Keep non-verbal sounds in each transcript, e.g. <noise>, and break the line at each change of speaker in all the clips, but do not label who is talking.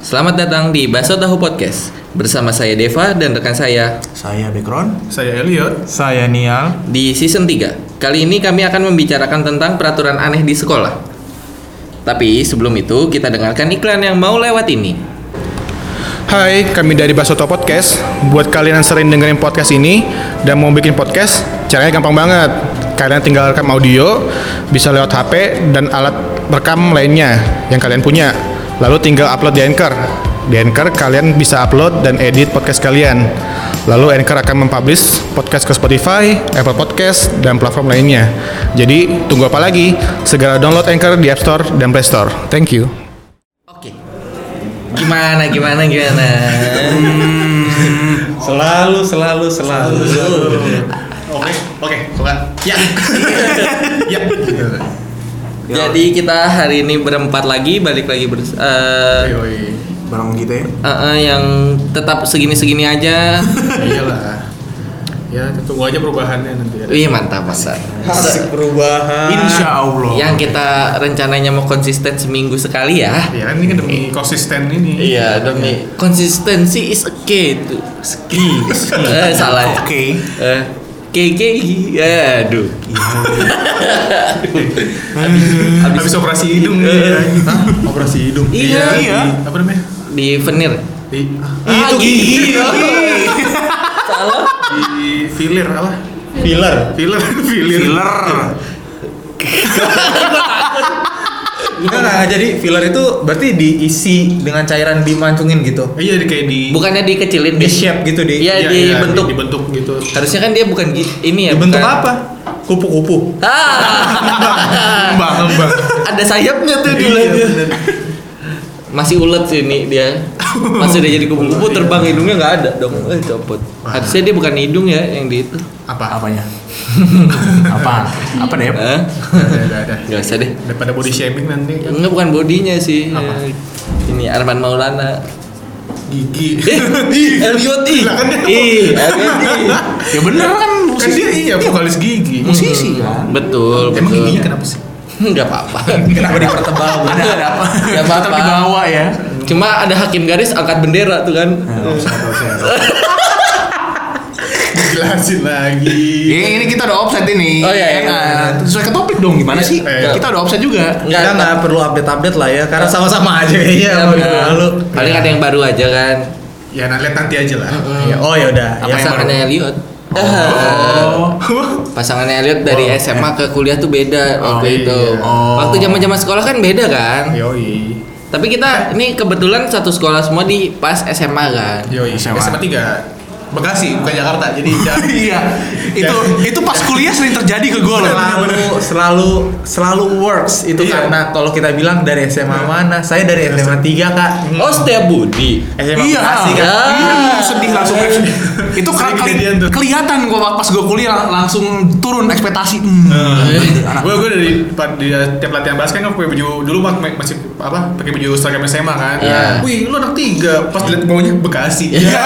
Selamat datang di Baso Tahu Podcast bersama saya Deva dan rekan saya
Saya background.
Saya Elliot.
Saya Nial.
di season 3. Kali ini kami akan membicarakan tentang peraturan aneh di sekolah. Tapi sebelum itu kita dengarkan iklan yang mau lewat ini.
Hai, kami dari Basoto Podcast. Buat kalian yang sering dengerin podcast ini dan mau bikin podcast, caranya gampang banget. Kalian tinggal rekam audio, bisa lewat HP dan alat rekam lainnya yang kalian punya. Lalu tinggal upload di Anchor. Di Anchor kalian bisa upload dan edit podcast kalian. Lalu Anchor akan mempublish podcast ke Spotify, Apple Podcast, dan platform lainnya. Jadi, tunggu apa lagi? Segera download Anchor di App Store dan Play Store. Thank you.
Oke. Gimana gimana gimana?
Selalu, selalu,
<laughs>
selalu.
Oke, oke, suka.
ya.
Ya,
Jadi kita hari ini berempat lagi balik lagi bers- eh,
Barang gitu ya.
eh, eh, yang tetap segini-segini
<laughs>
aja.
Iyalah. Ya, tunggu aja perubahannya nanti ya.
Wih mantap mantap. Se-
perubahan.
Insya Allah.
yang kita rencananya mau konsisten seminggu sekali ya.
Ya, ini kan demi konsisten ini.
Iya demi konsistensi is a key itu. Ski. eh salah. ya.
Oke.
Eh KK eh,
<laughs>
aduh.
Habis, operasi hidung nih. ya. operasi hidung.
Iya.
Iya.
di- Apa namanya?
Di venir.
Di
Ah, gigi. Salah.
di filler apa?
Filler.
Filler, filler.
Filler.
Enggak, enggak, enggak. Nah, jadi filler itu berarti diisi dengan cairan dimancungin gitu.
Iya, di- kayak di
Bukannya dikecilin
Di
di
shape gitu di.
Iya,
iya, iya,
dibentuk.
di- dibentuk gitu.
Harusnya kan dia bukan gi- ini ya.
Dibentuk
bukan-
apa? Kupu-kupu.
Ah.
<laughs>
Mbak, mbak. Iya,
Ada sayapnya tuh dulu Masih ulet sih ini dia. Masih udah jadi kupu-kupu terbang hidungnya nggak ada dong. Eh copot. Harusnya dia bukan hidung ya yang di itu.
Apa?
Apanya? Apa? Apa deh?
Hah?
Ada, ada, ada.
Nggak usah deh.
Daripada body shaming nanti kan
Enggak bukan bodinya sih.
Apa?
Ini Arman Maulana.
gigi.
Eh,
<laughs>
Elliot ih.
Lah, kan dia-
Ih, Elliot ih.
Ya bener kan
Kan dia iya vokalis gigi. ya.
musisi kan.
Betul,
Emang
betul.
giginya kenapa sih?
Enggak apa-apa.
iya? Kenapa dipertebal? Bu?
Ada ada apa?
Nggak apa-apa.
Tetap dibawa ya.
Cuma ada hakim garis angkat bendera tuh kan.
Hmm.
Dijelasin lagi.
Ya, ini kita udah offset ini.
Oh, iya, iya.
Nah, kan?
Enak. Sesuai ke topik dong gimana sih?
Nah. iya.
Kita udah offset juga.
Enggak,
Kita nggak Iya, perlu update-update lah ya, karena sama-sama Iya. aja kayaknya sama minggu lalu.
Iya, Paling ada yang baru aja kan.
Ya, nah, lihat nanti aja lah. Iya.
Ya, oh ya udah.
Apa
Ya,
yang
sama.
pasangannya Elliot.
Oh.
Pasangannya Elliot dari SMA ke kuliah tuh beda
Oh,
waktu
iya.
itu.
Oh.
Waktu zaman-zaman sekolah kan beda kan.
Yoi.
Tapi kita ini kebetulan satu sekolah semua di pas SMA kan.
<laughs> Yoi,
SMA.
SMA 3 Bekasi, bukan Jakarta,
<laughs>
jadi jangan
Iya. Itu itu pas kuliah sering terjadi ke gue loh.
selalu selalu selalu works itu
Iya.
karena kalau kita bilang dari SMA mana saya dari SMA 3 kak
Oh, setiap Budi.
SMA
iya,
Bekasi
kan?
kak
Ah.
Iya, sedih langsung. itu
Sering
kan
kejadian tuh.
kelihatan gua pas gua kuliah lang- langsung turun ekspektasi. Hmm. Anak-
gue gue dari pa- di tiap latihan basket kan pakai baju dulu mak- ma- masih apa pakai baju seragam SMA kan
Iya.
wih lu anak tiga pas lihat bawahnya Bekasi
Iya.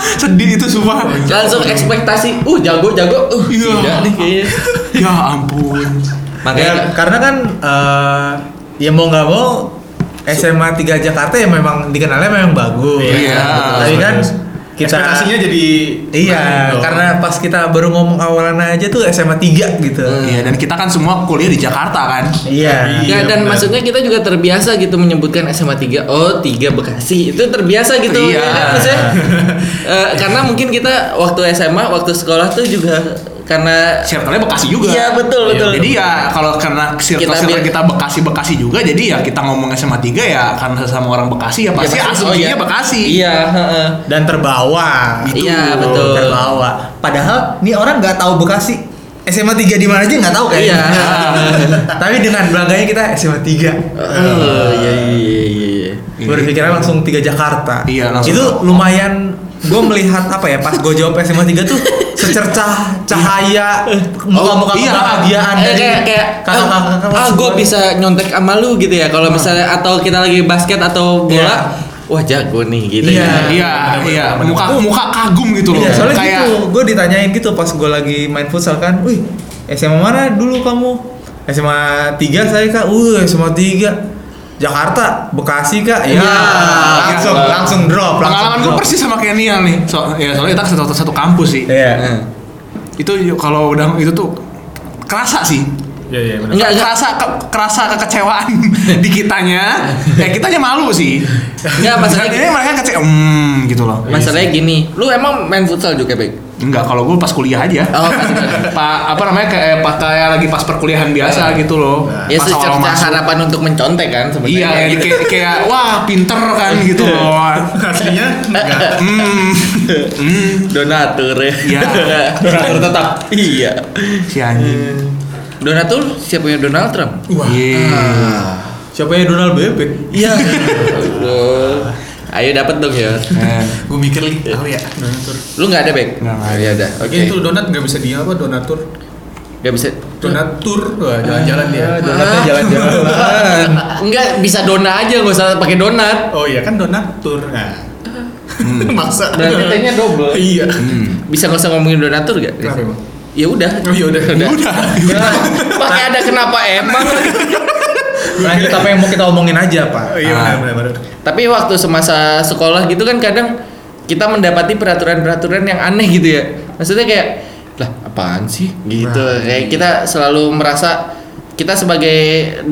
<laughs> Sedih itu sumpah.
Langsung ekspektasi, uh jago jago, uh
Iya.
tidak nih kayaknya.
<laughs> Ya ampun.
Makanya
Ya, karena kan eh, ya mau nggak mau SMA 3 Jakarta ya memang dikenalnya memang bagus
Iya.
tapi kan kita
ekspektasinya jadi gitu.
Iya,
Dong.
karena pas kita baru ngomong awalan aja tuh SMA 3 gitu.
Iya dan kita kan semua kuliah di Jakarta kan.
Ya,
Iya.
Iya,
dan
benar.
maksudnya kita juga terbiasa gitu menyebutkan SMA 3 Oh 3 Bekasi Itu terbiasa gitu
Iya.
ya kan, maksudnya? Eh, Karena mungkin kita waktu SMA Waktu sekolah tuh juga Karena
Circle-nya Bekasi juga.
Iya, betul,
Iya,
betul.
Jadi ya kalau karena circle
Kita
circle
bi-
kita Bekasi-Bekasi juga jadi ya kita ngomong SMA 3 ya karena sesama orang Bekasi ya
Ya,
pasti
Bekasi.
aslinya
Oh, iya.
Bekasi.
Iya heeh.
Dan terbawa.
Gitu. Iya, betul.
Terbawa. Padahal nih orang nggak tahu Bekasi. SMA 3 di mana aja nggak tahu kayaknya.
Iya.
<laughs> Tapi dengan bangganya kita SMA
Oh,
3.
iya, iya, iya, iya.
berpikiran langsung tiga Jakarta.
Iya, langsung.
Itu lumayan gue melihat apa ya pas gue jawab SMA 3 tuh secercah cahaya muka-muka
iya.
kebahagiaan
Eh, kayak kayak
eh,
kakak-kakak
ah
langsung
gue
gua-
bisa nyontek sama lu gitu ya
Ah.
kalau misalnya atau kita lagi basket atau bola
Iya.
wah jago nih gitu
Iya.
ya
Iya, iya, muka muka kagum gitu loh.
Iya, soalnya
kayak
gitu, gue ditanyain gitu pas gue lagi main futsal kan, wih SMA mana dulu kamu? SMA 3 saya kak, wih SMA 3 Jakarta, Bekasi kak, ya,
Ya.
langsung langsung drop. langsung
Pengalaman gue
drop.
persis sama kayak Nian nih. So, ya soalnya kita satu, satu kampus sih.
Iya.
Nah, Itu y- kalau udah itu tuh kerasa sih.
Iya iya benar.
Enggak, enggak.
kerasa ke- kerasa kekecewaan <laughs> di kitanya. ya kitanya malu sih.
Enggak, masalahnya-
Ini mereka kecewa hmm, gitu loh.
Masalahnya gini, lu emang main futsal juga, Bek?
Enggak, kalau gue pas kuliah aja.
Oh, pas kuliah.
<laughs> Pak apa namanya kayak pak kayak lagi pas perkuliahan biasa gitu loh.
Ya
Pas awal
secerca
masuk.
harapan untuk mencontek kan
Iya,
sebenarnya.
kayak, kayak, kayak, wah pinter kan gitu loh.
Aslinya enggak.
<laughs> Hmm, hmm,
donatur ya.
Iya.
donatur <laughs> tetap. Iya.
si anjing.
Donatur siapa punya Donald Trump?
Iya.
Siapa ya Donald Bebek?
Iya. <laughs> Aduh. Ayo dapat dong ya.
Eh,
Gue mikir lagi, tahu ya
Nah,
donatur.
Lu nggak ada, Bek?
Nggak, nggak ada.
Iya ada. Oke.
Oke, itu donat nggak bisa dia apa donatur?
Nggak bisa.
Donatur, Wah, jalan-jalan dia.
Donatnya jalan-jalan.
Ah. Enggak bisa dona aja nggak usah pakai donat.
Oh iya kan donatur. Nah. <laughs> Maksa.
Berarti T-nya double.
Iya.
Hmm.
Bisa nggak usah ngomongin donatur gak?
Kenapa emang?
Ya udah.
Oh iya udah.
Udah. Udah. Pakai ada kenapa emang?
Lanjut Nah, apa yang mau kita omongin aja pak?
Oh, Iya benar benar. benar.
Tapi waktu semasa sekolah gitu kan kadang kita mendapati peraturan-peraturan yang aneh gitu ya. Maksudnya kayak lah apaan sih gitu.
Nah, iya.
Kayak kita selalu merasa kita sebagai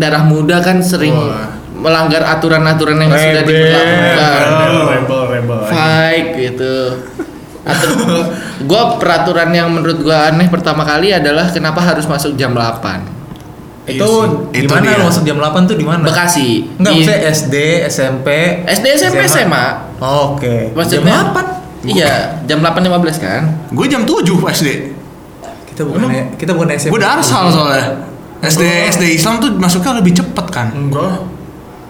darah muda kan sering
Wah.
melanggar aturan-aturan yang sudah
Rebel.
diberlakukan.
Rebel, rebel, rebel.
Fight gitu.
<laughs>
Atur, gua peraturan yang menurut gua aneh pertama kali adalah kenapa harus masuk jam 8.
Itu
Iya
sih.
di
Itu
mana
dia.
lu masuk jam 8 tuh di mana?
Bekasi.
Enggak,
Di-
maksudnya SD, SMP,
SD SMP SMA.
Oh, Oke.
Maksudnya
Jam 8?
Iya, jam 8.15 kan?
gue jam 7 SD.
Kita bukan E- kita bukan SMP.
Gue
Hmm.
darsal soalnya. SD SD Islam tuh masuknya lebih cepet kan.
Enggak.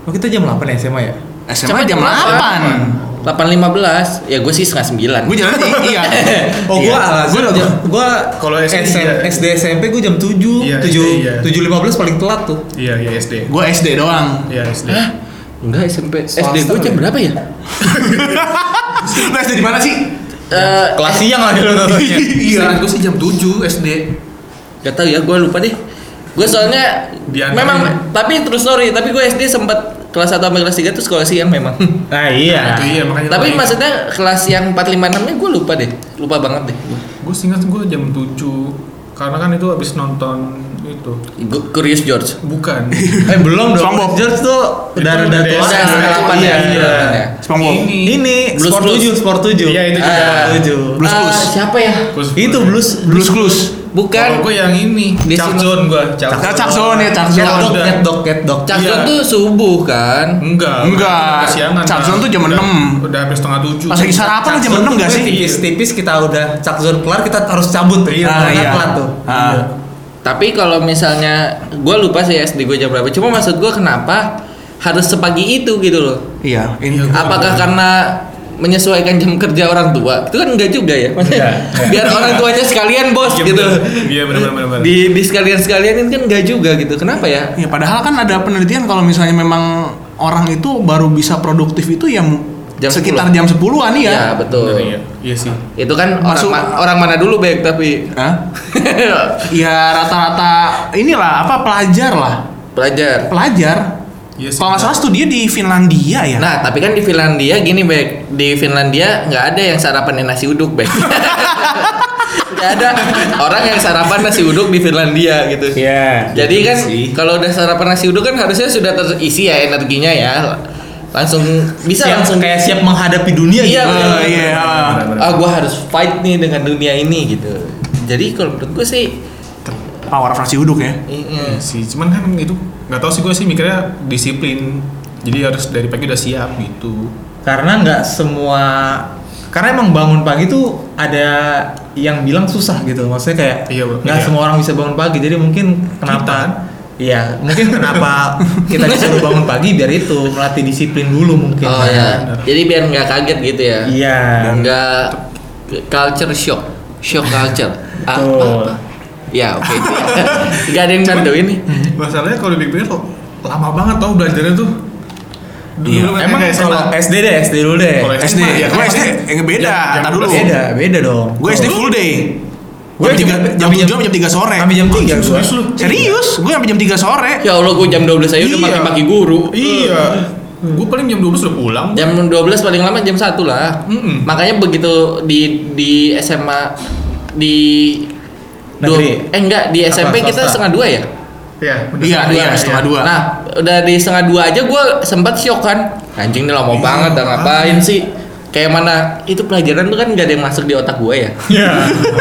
Oh, kita jam 8 ya SMA ya?
SMA jam 8.
8.15 ya gue sih setengah 9
Gue jalan i- iya.
Oh,
Iya.
gua alasan
Gua-
jam- gua
Kalau SD,
SM
iya.
SD SMP gua jam 7,
Iya,
7
SD, iya.
7.15 paling telat tuh.
Iya iya SD.
Gue SD doang.
Iya SD.
Enggak SMP
Swasta
SD gue jam
ya?
berapa ya?
Lu SD di mana sih?
Eh
Kelas siang ya. lagi lu tentunya. <laughs>
<laughs> Iya.
Gue sih jam 7 SD.
gak tau ya gue lupa deh Gue soalnya
Diantarin.
memang tapi terus sorry tapi gue SD sempat kelas 1 sampai kelas 3 tuh sekolah siang memang <laughs>
Nah, iya.
Itu iya makanya.
Ah, Tapi maksudnya kelas yang 456 nya gue lupa deh Lupa banget deh
Gue singkat gue jam 7 karena kan itu habis nonton itu
Gue Curious George
bukan
Eh, belum dong.
Sombong.
George tuh udah
Itu
udah
udah
Oh
tua.
udah skor
Iya,
8 ya
iya.
skor 8 ya.
Spongebob.
Ini
Blues
skor
Blues.
7, skor 7.
Iya, itu juga.
Ah, 7.
Blues
Ah,
Clues.
Siapa ya?
Gua-
Itu blues
Blues Clues.
Bukan
Kalau gue yang ini,
Dia
Cak
sini.
Zone gue, Cak
Cak-
Zone.
Cak Zone ya, Cak
Cat
Zone.
dog, cat dog, cat dog.
Cak
Iya.
Zon tuh subuh kan
Enggak,
Enggak.
Kesiangan,
Cak
Pak.
Zone tuh jam
Udah-
6.
Udah hampir setengah tujuh.
Pas lagi sarapan
Cak
jam
Zone
6
tuh
gak sih?
Tipis-tipis kita udah cak zone kelar kita harus cabut tuh.
Ah,
karena
iya.
telat tuh.
Ah.
Tapi kalau misalnya gue lupa sih SD gue jam berapa. Cuma maksud gue kenapa harus sepagi itu gitu loh?
Iya. ini-
Apakah karena menyesuaikan jam kerja orang tua? Itu kan enggak juga ya. Maksudnya <laughs> biar orang tuanya sekalian bos
Iya,
gitu.
bener. Iya, bener, bener, bener.
Di di sekalian sekalian kan enggak juga gitu. Kenapa ya?
Ya padahal kan ada penelitian kalau misalnya memang orang itu baru bisa produktif itu ya
Jam
sekitar
10.
jam 10-an
Iya
ya.
betul.
Bener, Iya, iya sih.
Itu kan orang,
Masuk-
ma- orang mana dulu baik tapi
Hah? Ya rata-rata inilah apa pelajar lah.
<laughs> pelajar.
Pelajar.
Iya sih.
Kalau nggak salah studi di Finlandia ya.
Nah, tapi kan di Finlandia gini, Bek. Di Finlandia nggak ada yang sarapan nasi uduk, Bek. <laughs> Nggak ada orang yang sarapan nasi uduk di Finlandia gitu.
Iya.
Jadi kan kalau udah sarapan nasi uduk kan harusnya sudah terisi ya energinya ya. Langsung bisa
siap,
langsung
kayak siap menghadapi dunia
Iya,
gitu.
bener.
Eh, iya.
ah gua harus fight nih dengan dunia ini gitu. Jadi kalau menurut gue sih
Power of nasi uduk ya.
mm,
sih. Cuman kan itu nggak tahu sih gue sih mikirnya disiplin. Jadi harus dari pagi udah siap gitu.
Karena nggak semua karena emang bangun pagi tuh ada yang bilang susah gitu. Maksudnya kayak
Iya,
nggak
iya.
semua orang bisa bangun pagi. Jadi mungkin kenapa Iya, mungkin kenapa kita disuruh bangun pagi biar itu melatih disiplin dulu mungkin.
Oh ya. Jadi biar nggak kaget gitu ya.
Iya.
Nggak culture shock, shock culture. Ah,
Betul.
apa, apa? Ya oke. Gak ada yang bantuin nih.
Masalahnya kalau dipikir kok lama banget tau belajarnya tuh. Dulu
Iya,
kan
Emang
kayak SMA.
kalau SD deh, SD dulu deh.
Kalau
SD.
Iya,
Ya, gue SD eh, beda.
jam- jam
Ntar dulu.
Beda, beda dong.
Gue SD full day. Gue
jam-
jam, jam, jam,
sampai jam-
7 jam 3 sore.
sampai jam 3 gua.
Serius lu? Serius, gue sampai jam 3 sore.
Ya Allah gue jam 12 aja udah
Iya.
maki-maki guru.
Iya. Gue paling jam 12 udah pulang.
Jam 12 paling lama jam 1 lah.
Mm-mm.
Makanya begitu di di SMA di
Negeri?
dua- eh enggak di SMP kita
swasta?
setengah dua ya.
Iya. udah
Iya,
setengah
iya,
dua,
setengah dua.
Nah udah di setengah dua aja gue sempat syok kan. Anjing nih lama banget, dah ngapain sih? Kayak mana itu pelajaran tuh kan gak ada yang masuk di otak gue ya.
Iya. <laughs>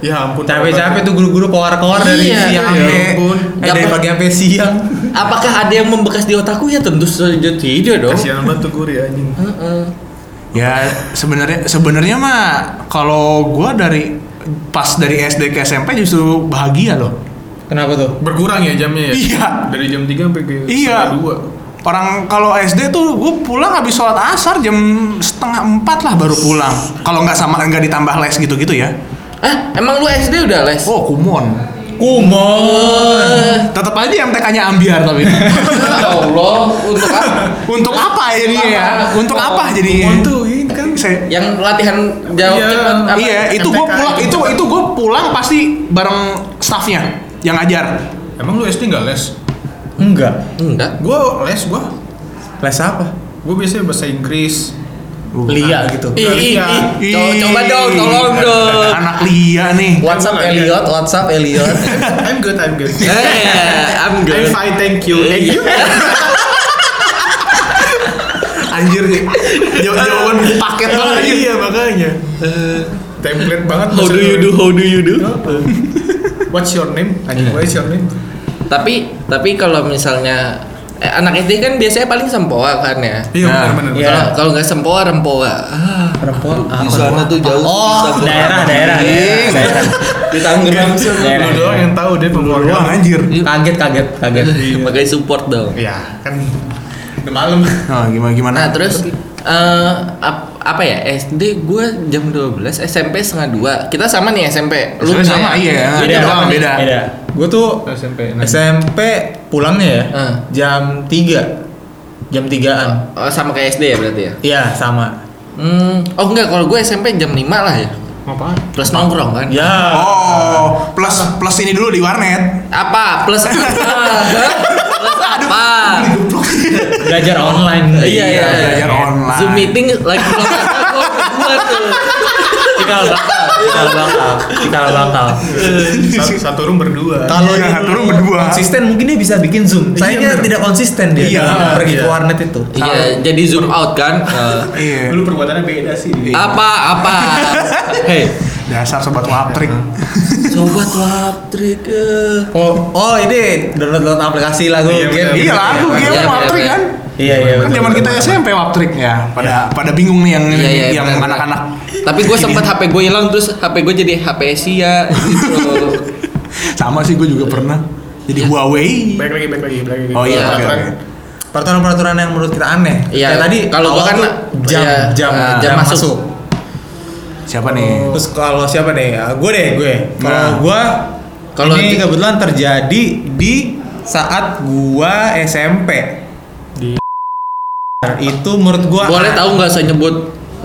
ya ampun.
Capek-capek tuh guru-guru keluar-keluar dari
Iya,
siang
ya
sampai
ampun.
eh, dari
Dapat-
pagi sampai siang.
Apakah ada yang membekas di otakku ya tentu saja tidak dong.
Kasihan banget tuh guru ya anjing.
Heeh.
Ya sebenarnya sebenarnya mah kalau gue dari pas dari SD ke SMP justru bahagia loh.
Kenapa tuh?
Berkurang ya jamnya ya?
Iya.
Dari jam 3 sampai ke
Iya.
setengah dua.
Orang kalau SD tuh gue pulang habis sholat asar jam setengah empat lah baru pulang. Kalau nggak sama nggak ditambah les gitu-gitu ya.
Ah, emang lu SD udah les?
Oh kumon.
Kumon.
Tetap aja MTK-nya ambiar tapi. <laughs>
ya Allah, untuk apa?
Untuk apa ini ya? Untuk apa jadinya?
Kumon tuh ini kan
Saya-
Yang latihan jawab
Iya,
cepat apa?
iya, itu gue
MTK
pulang,
itu.
itu itu gue pulang pasti bareng staffnya yang ngajar.
Emang lu SD nggak les?
Enggak.
Enggak.
Gue les gue.
Les apa?
Gue biasanya bahasa Inggris.
Lia gitu.
Ih, ih,
Iya.
ih. Co-
Ih,
Coba dong, tolong dong.
Anak Lia
Iya.
nih.
WhatsApp Elliot, WhatsApp
<laughs>
Elliot.
I'm good, I'm good.
Eh, I'm good.
I'm fine, thank you, thank you.
Anjir nih.
<laughs>
Jaw- Jawaban paket banget. anjir.
Iya makanya. Template banget.
How do you do? How do you
Iya.
do?
What's your name? Anjing, what's your name?
Tapi tapi kalau misalnya eh, anak SD kan biasanya paling sempoa kan ya.
Iya,
Nah,
benar
Kalau kalau nggak sempoa rempoa. Ah,
Perempuan.
di sana tuh jauh
Oh, daerah,
Iya.
daerah, daerah, daerah.
di Tangerang
Lu doang yang tahu kan? deh
Doang
pengeluaran.
anjir.
Kaget, kaget, kaget.
sebagai support dong.
Iya, kan udah malam.
Nah, gimana gimana?
Nah terus eh, ap- apa ya SD gue jam 12 SMP setengah dua kita sama nih SMP
Sebenarnya sama,
kayak-
iya.
beda
Beda doang,
doang
beda.
Beda. Gue tuh
SMP.
SMP pulangnya ya
Eh.
jam 3 jam 3an
Oh, sama kayak SD ya berarti ya
Iya sama
hmm. oh enggak kalau gue SMP jam 5 lah ya
Apa?
plus nongkrong kan
ya
Oh, plus plus ini dulu di warnet.
apa plus apa plus apa
belajar online
iya iya
belajar online.
zoom meeting lagi kalau kata gue berdua tuh
cikal bakal cikal bakal cikal bakal
Satu, satu room berdua.
kalau
Iya,
dia
satu
dulu
room berdua.
konsisten mungkin dia bisa bikin zoom
Iya,
saya
bener.
tidak konsisten dia
Iya, Ah,
dalam pergi
iya.
ke warnet itu
iya jadi zoom out kan Eh,
Iya.
Dulu perbuatannya beda sih.
apa apa
Iya.
hei
Dasar sobat waprik.
coba tuh trik eh.
oh oh ini download download aplikasi lagu
Iya,
game
bener.
Iya
gitu.
lagu
Iya,
game
iya,
waprik
iya.
kan.
iya iya
Kan
betul.
zaman kita SMP waprik ya. Pada pada bingung nih yang
Iya, iya,
yang
benar, benar.
anak-anak
Tapi gue sempat HP gue hilang terus HP gue jadi HP Asia gitu.
sama sih gue juga pernah. Jadi Huawei.
Baik lagi, baik lagi, baik lagi.
Oh iya,
Iya.
oke, oke.
peraturan-peraturan yang menurut kita aneh
Iya,
Kayak tadi
kalau gua
awal
kan,
ya,
tuh jam
iya,
jam
eh, jam masuk.
Siapa nih?
Terus kalau siapa nih? Gue deh, gue. Kalau
Nah.
gue,
Kalau
kalau ini
di-
kebetulan terjadi di saat gua SMP. Di itu menurut gua
Boleh tahu nggak saya nyebut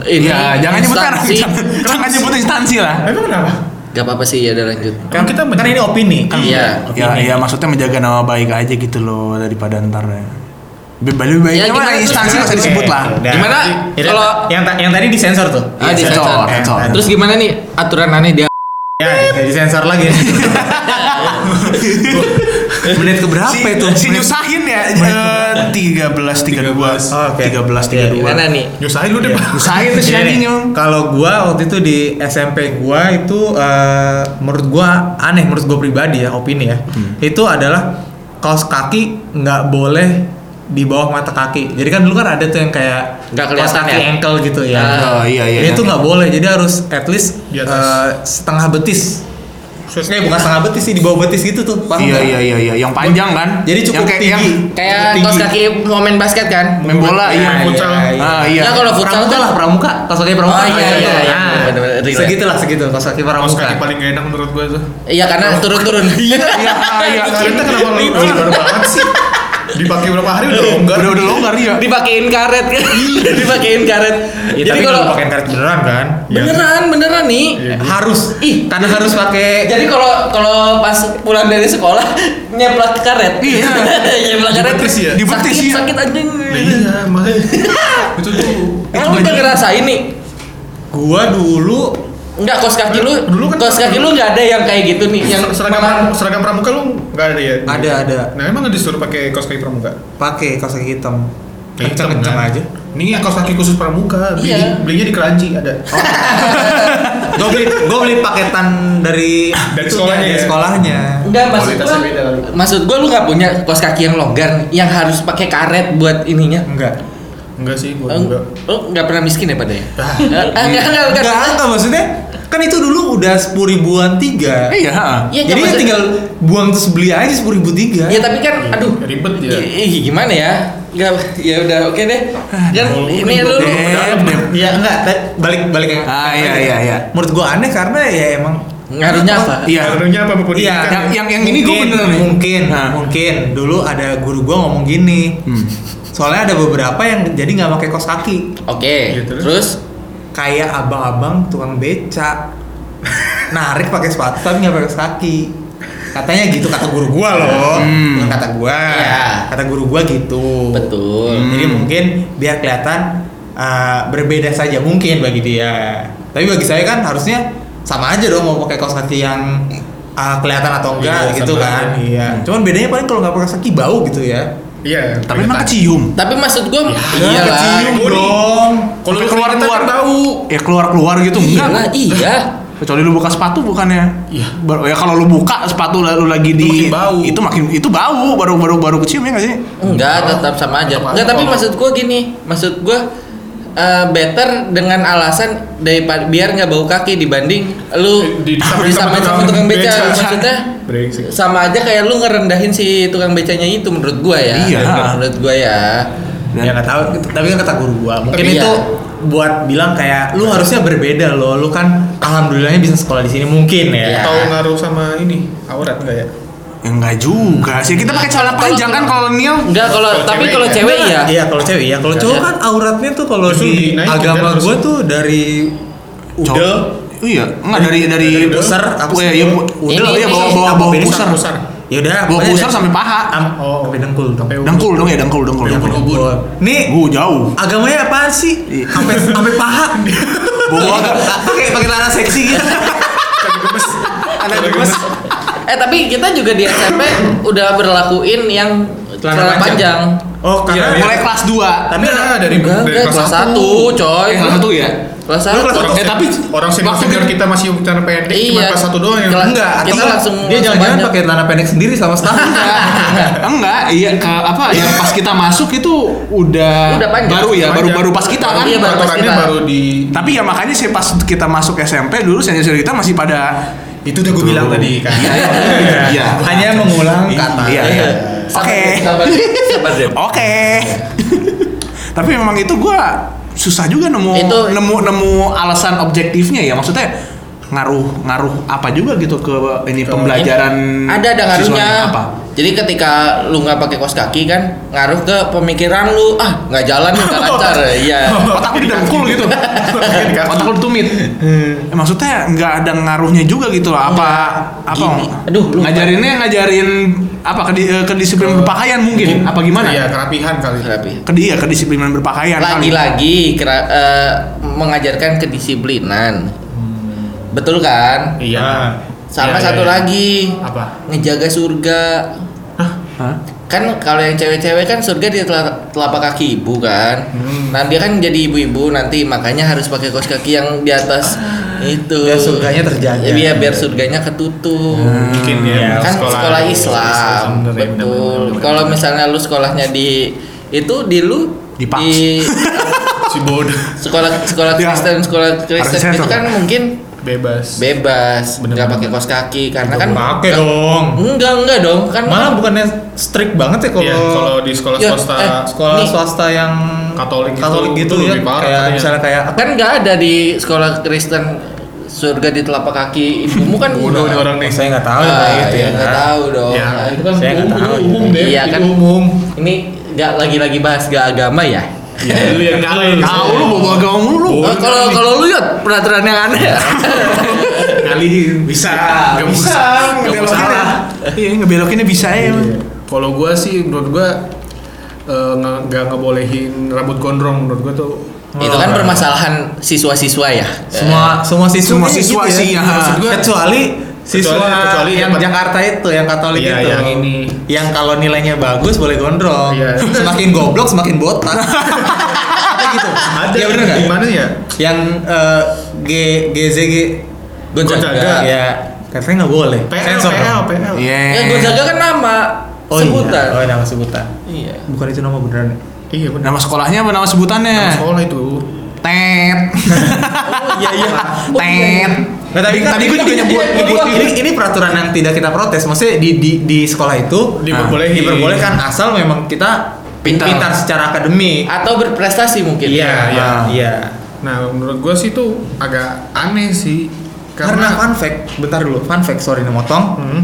ini?
Iya, jangan nyebut merek.
instansi?
Jangan- Jangan nyebut instansi lah.
Emang kenapa?
Gak apa-apa sih ya udah lanjut.
kan,
Kan kita
kan
men-
ini opini.
Iya.
Opini.
Ya, ya maksudnya menjaga nama baik aja gitu loh daripada ntar ya. Lebih lebih
Ya,
baiknya
gimana
mah
tuh?
instansi nggak usah
Oke,
disebut lah.
udah.
Gimana
Jadi,
kalau-
yang ta- yang tadi disensor tuh?
Ah,
Iya,
disensor.
sensor, sensor.
Terus gimana nih aturan aneh dia?
Ya, disensor
<laughs>
lagi.
menit ke berapa
Si-
itu?
si
Si nyusahin ya tiga belas tiga dua
Oh, Oke. Iya,
tiga belas tiga dua.
Gimana nih?
Nyusahin lu deh, Pak.
Nyusahin tuh si
Gini nih,
anjing emang.
Kalau gua waktu itu di SMP gua itu eh, menurut gua aneh menurut gua pribadi ya opini ya.
Hmm.
Itu adalah kaos kaki nggak boleh di bawah mata kaki. Jadi kan dulu kan ada tuh yang kayak
Nggak
kaos
kelihatan
kaki
ya?
ankle gitu ya.
Ah.
Oh, iya, iya,
Itu
iya.
nggak boleh. Jadi harus at least
Di atas.
eh, setengah betis. Eh bukan setengah betis sih di bawah betis gitu tuh. paham
Iya
nggak?
iya iya iya yang panjang kan?
Jadi cukup
Yang kayak-
tinggi.
yang-
Kayak
Tinggi.
kaos kaki mau main basket kan?
main bola iya.
Iya,
futsal. Ah iya.
Nah, kalau futsal
pramuka
kan-
lah pramuka kaos kaki pramuka
Oh, iya, iya, iya.
Nah,
Bener-bener, relate.
segitu lah segitu kaos kaki pramuka
Kaos kaki paling gak enak menurut gua tuh.
Iya karena turun-turun. Iya.
Iya, iya.
Kita kenapa lu baru banget sih? dipakai berapa hari udah longgar
Udah udah longgar ya.
dipakein karet kan <laughs> dipakein karet
Ya,
jadi
tapi Iya.
kalau
kalau pakai karet beneran kan?
beneran beneran nih
Eh, Harus.
Ih.
karena harus pakai
jadi kalau kalau pas pulang dari sekolah <laughs> nyeplak karet
Iya.
<laughs> nyeplak karet
Dibetis ya?
Dibetis,
sakit
iya.
sakit anjing
Nah, iya makanya itu tuh
Emang udah ngerasain nih
gua dulu
Enggak, kos kaki lu,
Dulu kan-
kos kaki lu nggak ada yang kayak gitu nih, yang
yang seragam
malah-
seragam pramuka lu nggak ada ya
ada ada
nah emang nggak disuruh pakai kaos kaki pramuka
pakai kaos kaki hitam.
Kayak hitam,
Kenceng-kenceng
kan?
aja.
ini kaos kaki khusus pramuka beli,
Iya.
belinya di keranji ada
gue beli gue beli paketan dari
Dari
itu,
sekolahnya
dari
ya?
sekolahnya
Enggak maksud
Kualitasnya
gua.
beda kali.
Maksud gua lu nggak punya kos kaki yang longgar yang harus pakai karet buat ininya.
enggak
<laughs> enggak sih gua
Eng-
enggak
Lu nggak pernah miskin ya pada <laughs> ya? Ah, Enggak, enggak, enggak.
enggak enggak maksudnya kan itu dulu udah sepuluh ribuan tiga
Iya. ha.
Iya,
jadi
maksud-
tinggal buang terus beli aja sepuluh ribu tiga
Ya tapi kan aduh
ribet ya
i- i- gimana ya? Enggak, ya udah oke deh. Kan ini lu
Dem, dem.
ya enggak te- balik balik ya? yang
Ah, iya, iya, iya.
menurut gue aneh karena ya emang
ngaruhnya apa?
Iya.
Karunya apa apapun
Iya,
pendidikan
yang-
ya.
yang- yang ini gua
Mungkin,
bener nih.
Mungkin,
Nah.
mungkin dulu ada guru gua ngomong gini.
Hmm.
Soalnya ada beberapa yang jadi nggak pakai kos kaki,
Oke.
Iya, terus?
Terus
kayak abang-abang tukang beca, <laughs> narik pakai sepatu tapi nggak pakai kos kaki. Katanya gitu kata guru gua loh,
Hmm.
bukan kata gua.
Iya.
Kata guru gua gitu.
betul.
Jadi mungkin biar kelihatan uh, berbeda saja mungkin bagi dia. Tapi bagi saya kan harusnya sama aja dong mau pakai kaos kaki yang uh, kelihatan atau enggak
Iya,
gitu
sama
kan.
aja.
Iya. Cuman bedanya paling kalau nggak pakai kaos kaki bau gitu ya.
iya
Tapi emang kecium.
Tapi maksud gua iya
Ya, kecium dong.
kalau
Tapi
keluar keluar
keluar-keluar.
tahu
Ya keluar-keluar gitu
Iya
enggak.
lah, iya.
Kecuali lu buka sepatu bukannya. Iya. Ya kalau lu buka sepatu lalu lagi di
makin bau.
Itu makin itu bau baru baru baru kecium ya nggak sih?
Enggak, tetap sama aja. Enggak,
Tetap aja
tapi
kalau-
maksud gua gini, maksud gua eh, better dengan alasan daripada biar nggak bau kaki dibanding lu
Eh, Di- di- disamain
disamain sama tukang beca,
beca.
maksudnya
Brengsek.
sama aja kayak lu ngerendahin si tukang becanya itu menurut gua ya.
Iya.
Menurut gua ya.
Ya nggak tahu. Tapi kan kata guru gua. Mungkin
Tapi
itu
iya.
buat bilang kayak lu harusnya berbeda loh. Lu kan alhamdulillahnya bisa sekolah di sini mungkin ya.
tahu ngaruh sama ini aurat enggak ya
Ya enggak juga sih. Ya Kita pakai celana panjang kan kalau Neil.
Enggak kalau
Kalau
tapi
cewek
kalau
ya.
cewek iya.
Iya kalau cewek ya. Kalau cowok kan auratnya tuh kalau
Justru
di
dinaikin
agama
kan harusnya.
gua tuh dari
Cowok-
udel
Iya, enggak dari dari
dari
pusar apa sih?
Iya, iya, bu-
Ini,
udel ya
ini,
bawa
ini,
bawa
apa,
bawa
ini
pusar.
sama Eh, pusar. Ya udah,
Bawa
pokoknya
pusar
dari-
sampai paha.
Am- oh, sampai dengkul dong.
Dengkul dong ya, dengkul, dengkul,
Dengkul
dengkul.
ubun. Nih,
Gua jauh.
agamanya apaan sih?
Iya.
Sampai sampai paha. Bawa pakai pakai celana seksi gitu. Anak gemes.
Eh tapi kita juga di SMP udah berlakuin yang
Celana
celana
panjang.
panjang.
Oh, karena
Iya,
<laughs> Mulai kelas 2.
tapi
Enggak,
ada
dari
Enggak,
dari
enggak,
kelas
kelas
satu.
satu, coy.
Eh, kelas 1 ya.
Kelas
Lu kelas
satu.
orang
Eh,
sen-
tapi
orang senior
waktu
senior
kita-
kita masih celana pendek cuma
Iya.
kelas satu doang yang
Kelas-
enggak atau
Kita
enggak,
langsung-
dia
langsung
jangan-jangan
banyak.
pakai celana pendek sendiri selama setahun.
Enggak, iya ke apa yang pas kita masuk itu udah,
Udah panjang.
baru ya, baru
Panjang.
baru pas kita kan.
Iya, baru pas
peraturannya
kita.
baru di
Tapi ya makanya sih pas kita masuk SMP dulu senior kita masih pada
itu udah gue bilang tadi kan
Iya.
Hanya mengulang kata.
Iya.
Iya.
Oke.
Sabar, sabar, sabar.
Oke. <laughs> Tapi memang itu gua susah juga nemu
Itu-
nemu nemu alasan objektifnya ya. Maksudnya ngaruh ngaruh apa juga gitu ke ini pembelajaran
<laughs> ada ada ngaruhnya
siswanya apa?
jadi ketika lu nggak pakai kos kaki kan ngaruh ke pemikiran lu ah nggak jalan nih, nggak lancar iya
Otak lu didengkul
<laughs>
gitu. Otak lu tumit. Eh, maksudnya nggak ada ngaruhnya juga gitu lah. apa apa?
Gini. Aduh, lu-
ngajarinnya ngajarin apa ke, kedisiplinan berpakaian mungkin apa gimana?
iya kerapihan kali
Terapi.
Ke dia kedisiplinan berpakaian kali.
lagi-lagi kera- eh, mengajarkan kedisiplinan
Hmm.
betul kan
iya
sama
Iya, iya,
satu
iya.
lagi
Apa?
ngejaga surga
Hah?
kan kalau yang cewek-cewek kan surga di tela- telapak kaki ibu kan nah dia kan jadi ibu-ibu nanti makanya harus pakai kaos kaki yang di atas itu
Biar surganya terjaga.
Iya, biar, surganya ketutup
mungkin ya
kan sekolah, Islam
bener ya, bener-bener,
betul
bener-bener.
kalau misalnya lu sekolahnya di itu di lu
Di Paks.
di
si bodoh
sekolah sekolah
Ya.
Kristen sekolah Kristen
disensor.
itu kan mungkin
bebas
bebas
Bener-bener.
nggak pakai kaos kaki karena kan
pakai
nggak-
dong
enggak enggak dong kan
Malah bukannya strict banget ya kalau
Iya, kalau di sekolah
Ya,
swasta Iya.
eh,
sekolah
Nih.
swasta yang
Katolik itu-
Katolik gitu
itu
ya
lebih parah
kayak
katanya.
misalnya kayak
kan nggak ada di sekolah Kristen surga di telapak kaki ibumu kan
Bodoh nih orang nih. Saya nggak tahu ya, kayak gitu ya.
Enggak Ah, iya, tahu dong.
Ya,
Nah, itu kan
Saya nggak tahu. ya.
umum deh,
Iya
itu
kan?
umum.
Ini nggak lagi-lagi bahas gak agama ya.
Ya, lu yang ngalir.
Tahu lu bawa agama mulu lu.
Oh, kalau kalau lu yot peraturan yang aneh. ya?
Iya.
Kali bisa. Gak bisa.
Nggak Iya.
Ngebelokinnya.
masalah.
Iya, ngebelokinnya bisa ya. emang.
Kalau gua sih menurut gua eh, nge- nggak ngebolehin rambut gondrong menurut gua tuh.
<laughs> itu kan permasalahan siswa-siswa ya.
Semua semua siswa
Semua
kayak
siswa sih, ya.
Maksud gua- kecuali siswa
Kecuali- kecuali
yang
dapat-
Jakarta itu yang Katolik
Iya,
itu
yang ini.
yang kalau nilainya bagus boleh gondrong
Iya.
<laughs> semakin goblok semakin botak Apa gitu
Ada
ya bener nggak
di mana ya?
yang eh, G GZG
Gonzaga.
ya katanya nggak boleh
PL,
Sensor
PL,
dong.
PL.
Iya.
Ya Gonzaga kan nama
oh
sebutan.
iya oh nama sebutan
Iya.
bukan itu nama beneran ya?
Iya benar.
Nama sekolahnya apa nama sebutannya?
Sekolah itu.
Tet.
Iya iya. Oh, iya, iya.
Tet.
Nah, tadi kan tadi gue juga nyebut, nyebut ini, ini peraturan yang tidak kita protes. Maksudnya di di, di sekolah itu
Diperbolehin.
nah, diperbolehkan asal memang kita
Pintar.
pintar, secara akademik.
Atau berprestasi mungkin.
iya.
iya.
Nah, menurut gua sih itu agak aneh sih.
Karena,
Karena,
fun fact, bentar dulu, fun fact, sorry nih motong.
Hmm.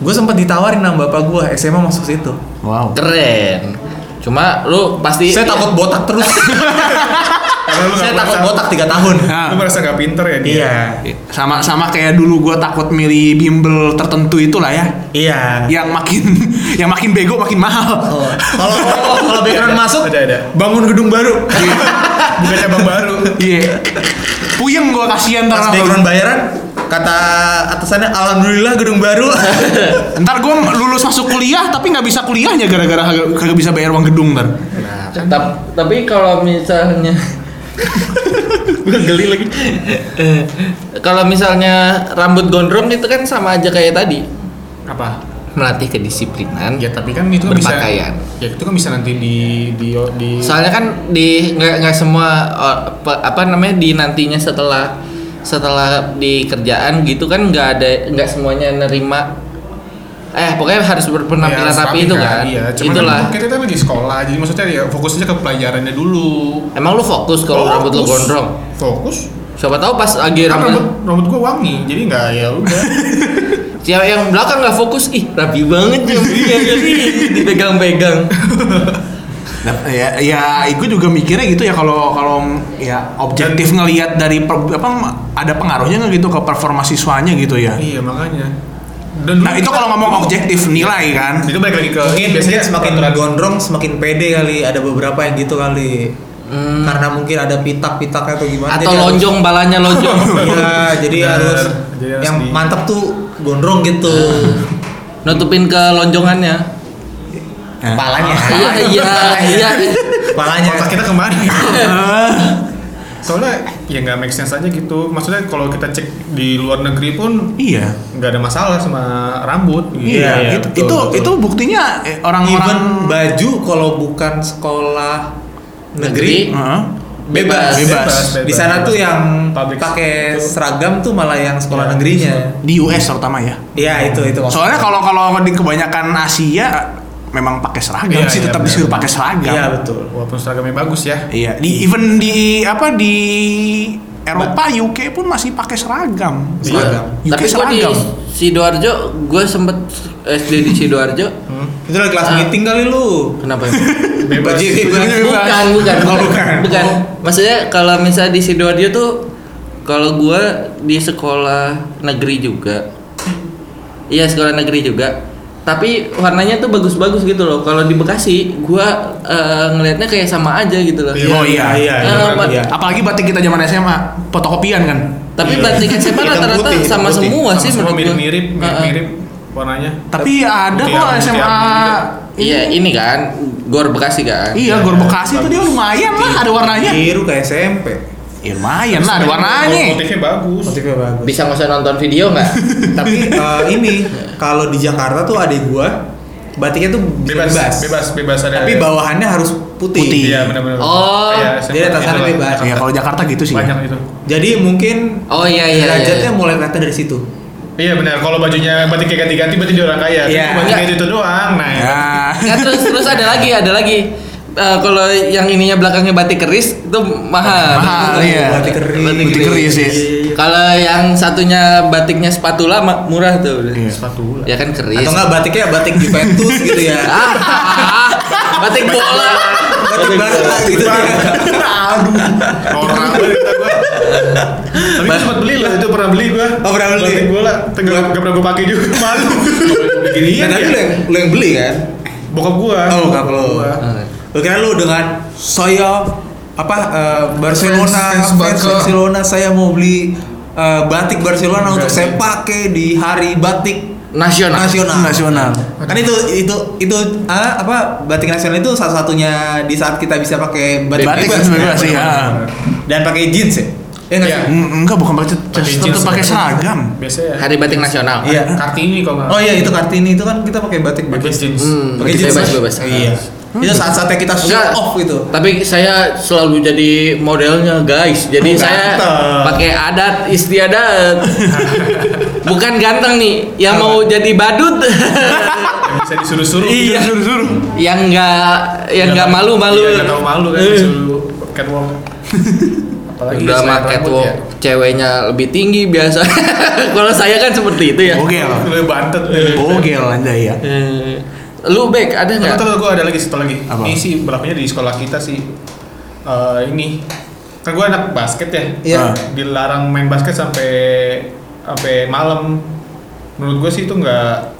Gue sempat ditawarin sama bapak gue SMA masuk situ.
Wow.
Keren. Cuma lu pasti
Saya takut botak <laughs> terus.
karena lu
Saya
nggak
takut
merasa-
botak Ah. 3 tahun.
Nah,
Lu merasa gak pinter ya dia?
Iya.
sama sama kayak dulu gua takut milih bimbel tertentu itulah ya
Iya.
yang makin <laughs> yang makin bego makin mahal
Oh. Kalau kalau- kalau background masuk
Ada ada.
bangun gedung baru.
Bukan cabang baru.
iya puyeng gua kasihan ntar
Pas
sama-
background bayaran kata atasannya alhamdulillah gedung baru.
<laughs> ntar gua lulus masuk kuliah tapi nggak bisa kuliahnya gara-gara kagak- kagak bisa bayar uang gedung ntar
Tap- tapi kalau misalnya gue geli lagi Eh, kalau misalnya rambut gondrong itu kan sama aja kayak tadi
Apa?
melatih kedisiplinan
Ya tapi kan itu kan bisa.
Berpakaian.
Ya itu kan bisa nanti di di di.
soalnya kan di nggak nggak semua oh, apa, apa namanya di nantinya setelah setelah di kerjaan gitu kan nggak ada nggak semuanya nerima eh pokoknya harus berpenampilan
Ya,
rapi
rapi
itu kan
Iya, cuman
itulah
kan kita kan lagi sekolah, jadi maksudnya ya fokusnya ke pelajarannya dulu.
emang lu fokus kalau
Oh, Fokus.
rambut lu gondrong
Fokus.
siapa tahu pas lagi
Kan
rambut-
rambut rambut gua wangi, jadi nggak ya udah.
Siapa yang belakang nggak fokus? Ih, rapi banget
<laughs>
jambulnya iya. dipegang-pegang.
Nah, ya, ya gue juga mikirnya gitu ya kalau kalau ya objektif ngelihat dari per- apa ada pengaruhnya nggak gitu ke performa siswanya gitu ya
iya makanya. Dan dulu
nah itu
kita-
kalau ngomong objektif nilai kan
itu balik lagi ke
mungkin
biasanya
biasanya semakin gondrong semakin pede kali ada beberapa yang gitu kali.
Hmm.
Karena mungkin ada pitak-pitaknya atau gimana.
Atau
jadi harus-
lonjong balanya
<laughs>
lonjong.
Iya, jadi
Benar.
harus
Jadi harus
yang
di-
mantap tuh gondrong gitu.
Nutupin ke lonjongannya.
Nah.
Palanya.
Iya, iya, iya.
<laughs> Palanya.
Otak kita kemana? Soalnya ya nggak make sense aja gitu. Maksudnya kalau kita cek di luar negeri pun
iya
nggak ada masalah sama rambut. gitu.
iya
Iya,
itu
betul,
itu,
betul.
itu buktinya eh, orang-orang
Even baju kalau bukan sekolah
Negeri.
negeri,
Heeh.
bebas.
Bebas.
Bebas.
Di sana tuh yang
Public
pakai
itu.
seragam tuh malah yang sekolah negerinya.
di US terutama ya
Iya, itu itu. maksudnya.
soalnya kalau kalau di kebanyakan Asia eh, memang pakai seragam
Iya,
sih
iya,
tetap
benar.
disuruh pakai seragam
Iya, betul.
walaupun seragamnya bagus ya.
iya di even di apa di Eropa UK pun masih pakai seragam
Iya.
Tapi
UK
gua di
seragam
Sidoarjo, gue sempet SD di Sidoarjo.
Hmm.
Hmm. Itu lagi kelas
Ah.
meeting kali lu.
Kenapa? ya?
<laughs> Bebas.
Baju itu
Iya,
bukan, bukan, bukan,
Oh,
bukan,
bukan.
bukan. Maksudnya kalau misalnya di sidoarjo tuh, kalau gua di sekolah negeri juga, iya sekolah negeri juga. Tapi warnanya tuh bagus-bagus gitu loh. Kalau di Bekasi, gua eh, ngelihatnya kayak sama aja gitu loh.
Oh, iya.
iya,
Eh,
iya.
Pak.
iya.
apalagi batik kita zaman SMA fotokopian kan
Tapi
Iya.
batik SMA
Hitam
rata-rata
putih, hitam
sama
putih.
semua
Sama
sih
semua
menurut gua.
mirip-mirip,
Eh, eh.
mirip-mirip warnanya.
tapi ada kok
Mutiara-
SMA
mutiara.
Iya, ini kan Gor Bekasi kan.
iya gor Bekasi tuh dia lumayan lah ada warnanya
Biru kayak SMP.
ya lumayan lah
Iya,
ada warnanya
Oh, Motifnya bagus.
Motifnya bagus.
Bisa nggak usah nonton video nggak?
Tapi eh, ini kalau di Jakarta tuh adik gua batiknya tuh
Bebas, bebas, bebas, ada.
Tapi bawahannya harus putih.
Putih.
Iya benar-benar.
Oh.
Dia atasannya bebas.
ya kalau Jakarta gitu sih
Banyak itu.
Jadi mungkin
Oh iya iya. iya.
derajatnya mulai kelihatan dari situ.
Iya benar. Kalau bajunya batiknya ganti-ganti berarti dia orang kaya. Tapi
Iya.
kalau bajunya itu doang. Nah,
ya
Nggak, terus terus ada lagi, ada lagi. eh, kalau yang ininya belakangnya batik keris itu mahal.
Mahal iya.
Batik gitu keris. Iya,
Batik keris ya.
Kalau yang satunya batiknya spatula ma- murah tuh.
Iya.
Sepatu lah.
Ya kan keris.
Atau enggak batiknya batik Juventus gitu ya.
Ah, <laughs> batik bola.
batik Barca gitu ya.
Orang banget gua. Tapi gua sempat beli lah itu pernah beli gua.
Oh, pernah beli?
Batik bola, tenggelam gak pernah gua pakai juga <laughs> malu. Iya, Begini
Nah, tapi lu yang, lu yang beli kan?
Bokap gua.
Oh, bokap lu. Lu kira lu dengan saya apa eh, Barcelona
Fans- fans
fans
Barca.
Barcelona saya mau beli eh, batik Barcelona untuk saya pakai di hari batik
Nasional.
nasional. Kan itu itu itu ah, apa batik nasional itu salah satunya di saat kita bisa pakai batik,
Batik
bebas,
bebas
ya.
ya.
dan pakai jeans ya. Ya nggak
Iya.
sih?
Mm, Enggak bukan pakai tetap
jeans. kan.
pakai seragam.
Biasanya
Hari batik nasional.
Iya.
Kartini kalau nggak.
Oh iya itu Kartini itu kan kita pakai batik
Pakai
bebas.
jeans.
Hmm,
Pakai jeans
bebas
ya?
bebas.
Iya. Itu saat-saatnya kita
Enggak.
show off gitu.
Tapi saya selalu jadi modelnya guys. Jadi saya
Ganteng.
pakai adat
<laughs>
istiadat. Bukan ganteng nih, yang mau jadi badut.
<laughs>
Yang Bisa disuruh-suruh.
Iya.
Disuruh-suruh.
yang enggak yang enggak malu-malu.
Iya, nggak tahu malu kan
Eh.
disuruh catwalk. Apalagi
Udah
selain
market
rambut
walk
ya.
ceweknya lebih tinggi biasa. <laughs> Kalau saya kan seperti itu ya.
Bogel.
Lu bantet.
Bogel anda ya.
Eh, Lu back ada nggak?
Enggak. Tapi gue ada lagi satu lagi.
Apa?
Ini sih berlakunya di sekolah kita sih. Eh, ini kan gue anak basket ya.
Iya.
Ah.
Dilarang main basket sampai sampai malam. Menurut gue sih itu nggak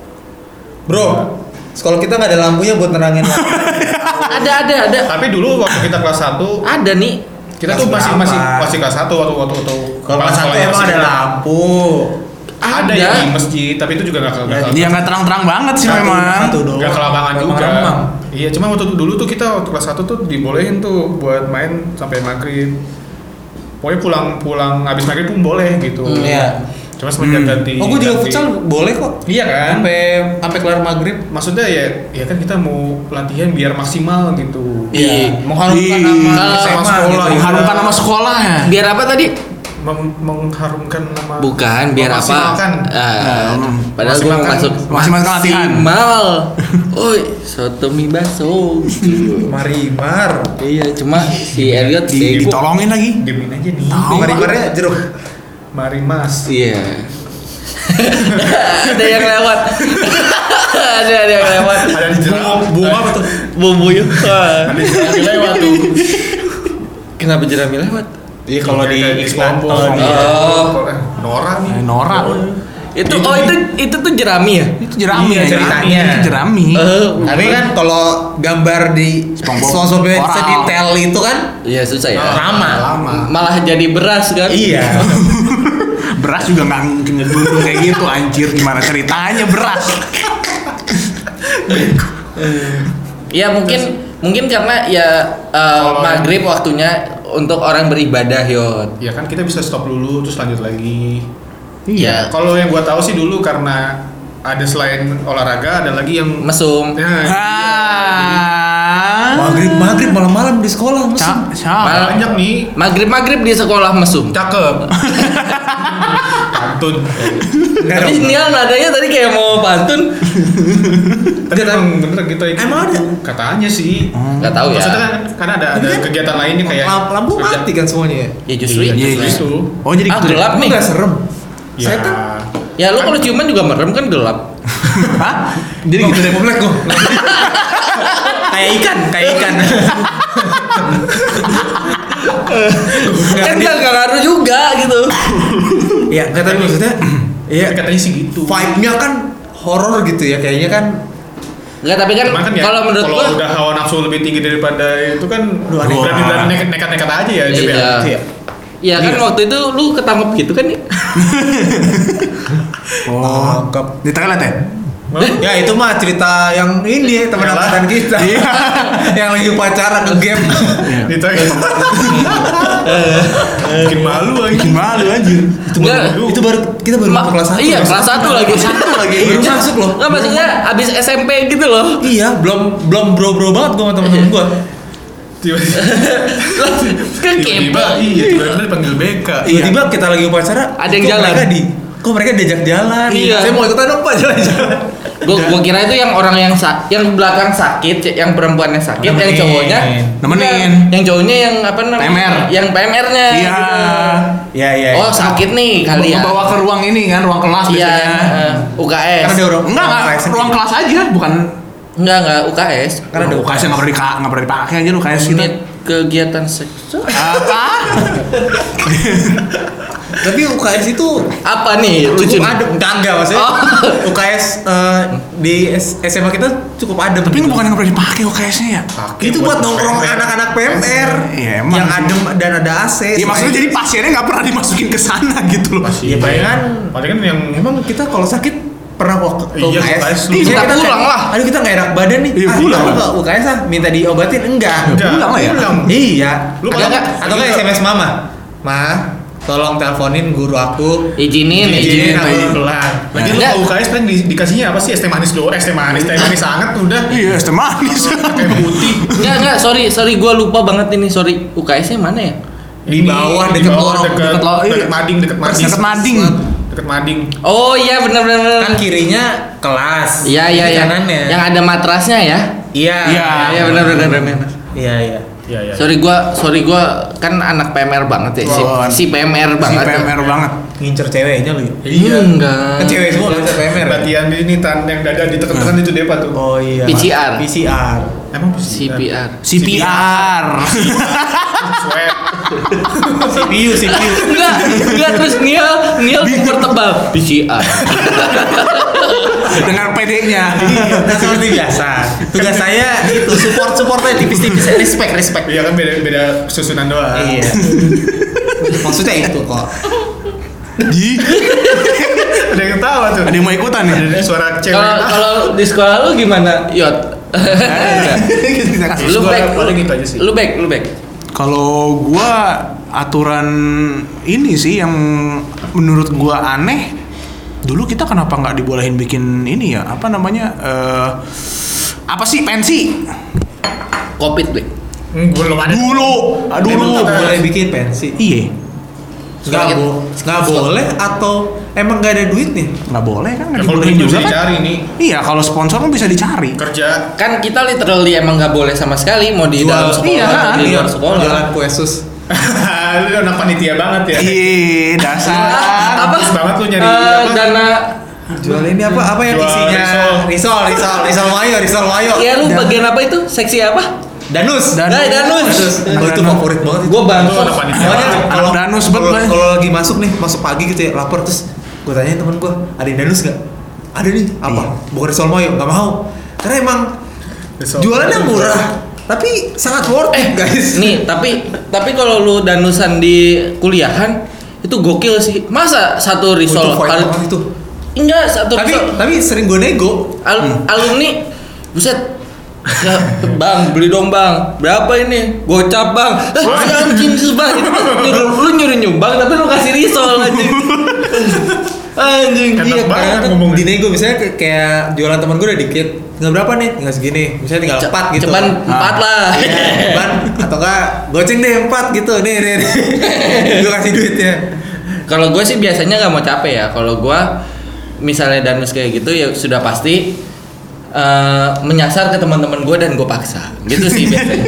Bro, sekolah kita nggak ada lampunya buat nerangin.
Ada ada ada.
Tapi dulu waktu kita kelas 1
Ada nih.
kita
Kelas
tuh masih
berapa?
masih masih kelas 1 waktu waktu waktu
Kalau kelas satu
sekolahnya
emang
masih
ada
kita.
lampu.
Ada
Ada.
ya di masjid, tapi itu juga nggak nggak nggak-
Ya nggak terang-terang banget sih
Satu-
memang.
Iya, satu doang.
nggak kelapangan
Emang
juga.
remang.
Iya, cuma waktu itu- dulu tuh kita waktu kelas 1 tuh dibolehin tuh buat main sampai maghrib. Pokoknya pulang-pulang habis maghrib pun boleh gitu.
Hmm, iya.
Cuma semenjak
Hmm.
ganti.
Oh, gue juga
ganti-
futsal boleh kok.
Iya kan?
Sampai sampai kelar maghrib.
Maksudnya ya, ya kan kita mau latihan biar maksimal gitu.
Iya.
Mengharumkan
Iya.
nama
Kalau
SMA
sama sekolah,
gitu.
Mengharumkan nama sekolah ya.
Biar apa tadi?
Mem- mengharumkan nama.
Bukan, biar apa?
Memaksimalkan.
Ah,
Hmm.
padahal gua mau
Maksimalkan-
masuk
maksimalkan latihan.
Maksimal. Oi, soto mie baso.
Marimar.
iya, cuma si Elliot
Di-
bego.
Ditolongin lagi.
Diemin aja nih.
Tahu.
Marimarnya jeruk.
Mari Mas.
Iya. <laughs> ada yang lewat. <laughs> ada ada yang lewat.
Ada di jeruk.
Bunga apa tuh?
Bumbu yuk.
Ada di jeruk lewat tuh.
Kenapa jerami lewat?
Iya kalau di iya.
Kayak
iklan
Lombok.
kalau di-
Oh.
Nora nih.
Eh, Nora.
Itu oh itu itu tuh jerami ya?
Itu jerami
Iya,
ya.
ceritanya.
Itu jerami.
Eh,
Tapi kan kalau gambar di
SpongeBob.
SpongeBob yang
Orang.
detail itu kan
iya susah ya.
Ah.
lama.
Lama.
Malah jadi beras kan?
Iya.
Beras juga nggak mungkin ngedundung kayak gitu anjir gimana ceritanya beras.
Ya mungkin mungkin karena ya eh,
Kalau-
maghrib waktunya untuk orang beribadah yon.
Ya kan kita bisa stop dulu terus lanjut lagi.
Iya.
Kalau yang gua tahu sih dulu karena ada selain olahraga ada lagi yang
Ya, Mesum.
Nah,
Ah.
Maghrib maghrib malam-malam di sekolah mesum.
Ca- ca-
Mal-
Ah, banyak nih
Maghrib maghrib di sekolah mesum. <laughs>
cakep. Pantun.
Enggak
Tapi
dong.
Nial nadanya tadi kayak mau pantun.
Tapi emang bener gitu ya.
Emang ada?
Katanya sih.
Gak tahu ya.
Maksudnya kan karena ada ada kegiatan lainnya kayak
Lam- lampu
kerja-
mati kan semuanya ya.
Ya justru
Iya,
itu.
iya.
Itu.
Oh jadi
Ah,
gitu ya?
gelap nih.
Enggak serem.
Ya.
Setan.
Ya lu kalau ciuman juga merem kan gelap.
Hah?
Jadi gitu deh komplek gua. <laughs> kayak ikan, kayak ikan. <laughs> Enggak,
kan
dia-
nggak ngaruh juga gitu.
Iya, enggak tapi maksudnya <clears throat> iya
Tapi katanya sih gitu.
vibe-nya kan horor gitu ya kayaknya kan.
Enggak tapi kan,
Cuman kan ya,
kalau menurut gua
udah hawa nafsu lebih tinggi daripada itu kan
Duh, aneh.
berani-berani nekat- nekat-nekat aja ya
Iya.
Jeb, ya. Gitu ya.
ya
Iya.
kan waktu itu lu ketangkep gitu kan ya.
Oh.
Tangkap.
Di Thailand ya?
Ya itu mah cerita yang ini teman
Yalah.
angkatan kita. <laughs> yang lagi pacaran <laughs> nge-game. Iya.
Gitu ya.
Eh,
Bikin malu lagi.
Bikin malu anjir.
itu
Nggak.
baru, itu baru kita baru
Ma-
masuk kelas 1.
Iya, kelas 1 lagi. Iya.
satu <laughs> lagi. Iya. Baru masuk loh.
Enggak maksudnya abis SMP gitu loh.
Iya, belum belum bro-bro banget gua sama teman-teman gua.
Tiba-tiba
kan kepo.
tiba-tiba iya tiba-tiba dipanggil BK.
Tiba-tiba kita lagi upacara,
Iya. Ada yang
itu
jalan.
mereka di kok mereka diajak jalan
Iya.
saya mau ikutan dong pak jalan-jalan
Gue gua kira itu yang orang yang sa yang belakang sakit, yang perempuannya sakit, yang
Nemenin.
cowoknya Iya,
Nemenin.
Yang cowoknya yang apa namanya?
PMR.
Yang PMR-nya.
Iya.
ya ya
Oh, sakit nih kali ya.
Bawa ke ruang ini kan, ruang kelas
Iya,
biasanya.
eh, UKS.
ya. Karena dia orang-
Enggak, enggak,
kelas sendiri.
ruang kelas aja, bukan
Enggak, enggak UKS.
karena ada UKS yang nggak pernah dika- nggak pernah dipakai aja lu UKS gitu.
Unit kegiatan seksual.
Apa?
tapi UKS itu
Apa nih? Lucu.
cukup
nih.
adem kagak maksudnya <laughs>
Oh.
UKS eh, di S- SMA kita cukup adem
Tapi ini bukan yang pernah dipakai UKS-nya ya.
itu <laughs> buat nongkrong
PMR.
anak-anak PMR
Iya, emang
yang
sih.
adem dan ada AC
Iya maksudnya jadi pasiennya nggak pernah dimasukin ke sana gitu loh.
Iya,
Ya, palingan-
palingan yang
emang kita kalau sakit pernah kok ke
Iya,
UKS
UKS. Iya,
kita
pulang
kayak,
lah.
aduh kita nggak enak badan nih
Iya,
ah,
pulang.
kita ke UKS ah minta diobatin enggak
Enggak,
Pulang lah ya.
pulang.
iya
Lu
atau
pulang.
nggak atau nggak
Iya.
SMS mama ma tolong teleponin guru aku
Izinin,
izinin gitu.
izinin.
aku
izinin.
pulang
Lagi lu
Enggak.
ke UKS paling kan di- dikasihnya apa sih? Es teh manis doang, es teh manis, teh manis anget udah.
Iya, es teh
<laughs>
manis.
Teh putih.
Enggak, enggak, sorry, sorry gua lupa banget ini, sorry. UKS-nya mana ya?
Di
Ini,
bawah,
di
deket
bawah,
lorong,
deket-
deket lo-
deket
iya.
mading, deket
Persis
mading.
deket mading.
Deket mading.
Oh iya benar benar. benar.
kan kirinya kelas
Iya iya
kiri
iya.
kanannya
Yang ada matrasnya ya.
iya
Iya.
Iya benar benar benar.
iya iya
Iya, iya.
Sorry gua, sorry gua kan anak PMR banget ya, si,
Wah.
si PMR
Si
banget. ya.
PMR banget.
ngincer ceweknya lu ya?
Iya.
Enggak.
kan cewek semua ngincer PMR
Latihan di ini tan yang dada ditekan-tekan itu depa tuh.
oh iya
PCR.
PCR
Emang
CPR.
CPR.
Swab.
CPU CPU
Enggak, enggak terus Niel, Niel pertebal PCR.
Dengan PD-nya.
<laughs> nah seperti biasa tugas saya itu support supportnya tipis-tipis respect respect
Iya kan beda beda susunan doang.
iya maksudnya itu kok
Ji,
Ada yang ya? ketawa tuh.
ada yang mau ikutan nih.
Ada
Eh,
suara cewek.
Kalau kalau di sekolah lu gimana, Yot?
Kita kasih.
lu
Sekolah
back,
paling gitu aja sih.
lu back, lu back.
Kalau gua aturan ini sih yang menurut gua aneh. Dulu kita kenapa nggak dibolehin bikin ini ya? Apa namanya? eh apa sih pensi?
Covid back.
Hmm, belum ada.
Dulu, ah, dulu.
Emang nggak
boleh bikin pensi
Iya,
nggak bo- nggak boleh atau emang nggak ada duit nih
nggak boleh
Ya,
kan? Nggak
kalau
dibolehin
dulu
juga
bisa
kan?
dicari nih
Iya, kalau sponsor kan bisa dicari.
<laughs>
kerja
Kan kita literally emang nggak boleh sama sekali mau di dalam sekolah
iya,
mau di luar
Iya,
sekolah.
jualan kue sus
lu anak panitia banget ya.
Ah,
<laughs>
Iya, dasar.
apa?
bagus banget lu nyari
Eh,
apa?
dana
Ah, jual ini apa apa yang
Jual
isinya
risol.
risol risol risol mayo risol mayo
ya lu
Dan-
bagian apa itu seksi apa
danus
Danus.
Nah,
Danus.
Oh, itu
Danus.
favorit banget itu
gue
Lu anak
bangsa
panitia.
Soalnya
banget.
Anak
kalau
danus
kalau-
banget.
Kalau lagi masuk nih, masuk pagi gitu ya, lapar terus gue tanyain temen gue, ada yang danus nggak? Ada nih, apa? Bukan risol mayo, nggak mau. Karena emang
Risol.
jualannya murah, tapi sangat worth it guys.
nih tapi tapi kalau lu danusan di kuliahan itu gokil sih masa satu risol
Itu fight
al-
banget itu.
enggak satu
Tapi
risol
tapi sering gue nego.
al- alumni buset Ya, bang beli dong bang berapa ini gocap bang Eh, jangan cincis bang Itu nyuruh, lu nyuruh nyumbang tapi lu kasih risol anjing anjing
Enak
iya
banget
kan?
ngomong
Di nego misalnya kayak- kayak jualan temen gue udah dikit, nggak berapa nih, nggak segini. Misalnya tinggal
Ce-
empat gitu.
Ceban
Ah.
empat lah.
Iya, ceban. atau enggak goceng deh empat gitu nih nih, nih. gue kasih duitnya
Kalau gue sih biasanya nggak mau capek ya. Kalau gue misalnya danus kayak gitu ya sudah pasti eh, menyasar ke teman-teman gue dan gue paksa. Gitu sih biasanya.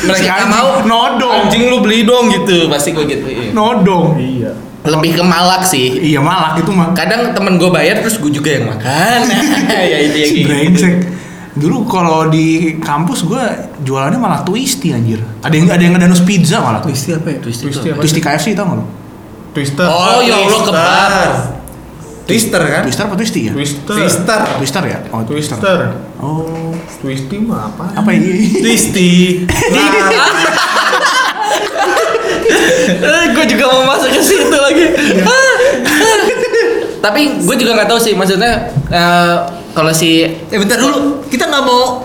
Mereka
Si
nggak
anjing,
mau
nodong.
Anjing lu beli dong gitu. Pasti gue gitu. iya.
Nodong.
Iya.
Lebih ke malak sih.
Iya malak itu mah.
Kadang temen gue bayar terus gue juga yang makan. <laughs> ya itu yang
Si
kayak
brengsek. Dulu kalau di kampus gua jualannya malah twisty anjir. Ada yang ada yang ngedanus pizza malah twisty.
apa ya?
Twisty
Twisty
tuh.
apa?
Twisty KFC tau nggak lu?
Twister.
Oh, ya Allah kebab.
Twister kan?
Twister apa twisty ya?
Twister.
Twister.
Twister ya? Oh, twister.
Twister.
Oh,
Twisty mah apa?
apa ya? Iya. ini? <laughs>
Twisty. Lah,
gue Eh, juga mau masuk ke situ lagi.
Iya.
Ah. Tapi gue juga nggak tahu sih maksudnya eh, kalau si
eh bentar dulu, kita nggak mau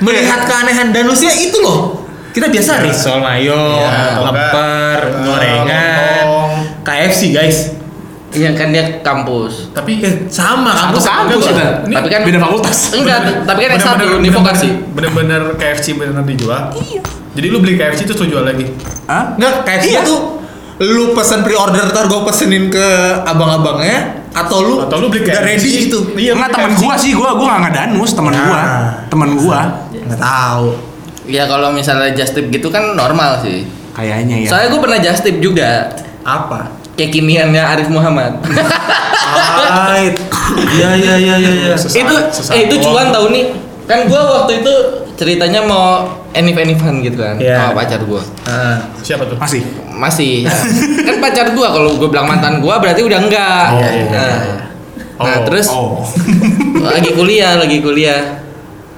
melihat keanehan danusnya itu loh. Kita biasa Iya, risol mayo,
atau
lapar,
enggak, eh,
gorengan,
lontong.
KFC guys.
Iya kan dia kampus.
Tapi
Eh,
sama, kamu
Kampus kampus kita.
Ini tapi kan-
beda fakultas.
Enggak, tapi kan yang satu
Bener-bener-
univokan sih.
Bener-bener KFC bener-bener dijual. Iya. Jadi lu beli KFC terus lu jual lagi.
Hah?
Enggak, KFC
Iya.
tuh lu pesen pre-order ntar gue pesenin ke abang-abangnya atau lu
Atau lu beli
udah
KFC.
ready gitu
Iya, beli
Enggak teman
KFC.
gua sih, gua gua enggak ngedanus teman gua.
Nah.
Teman gua
nggak tahu
Ya kalau misalnya just tip gitu kan normal sih.
kayaknya ya.
Soalnya gue pernah just tip juga.
apa
Kekiniannya Arif Muhammad.
Alright. <laughs> Iya iya iya iya. iya.
itu eh itu cuan tau nih. Kan gue waktu itu ceritanya mau enif enifan gitu kan
Iya.
sama pacar gue.
Ah.
Siapa tuh?
Masih.
Masih. ya. kan pacar gue kalau gue bilang mantan gue berarti udah enggak.
Oh.
Nah, nah,
Oh,
terus
Oh.
<laughs> lagi kuliah lagi kuliah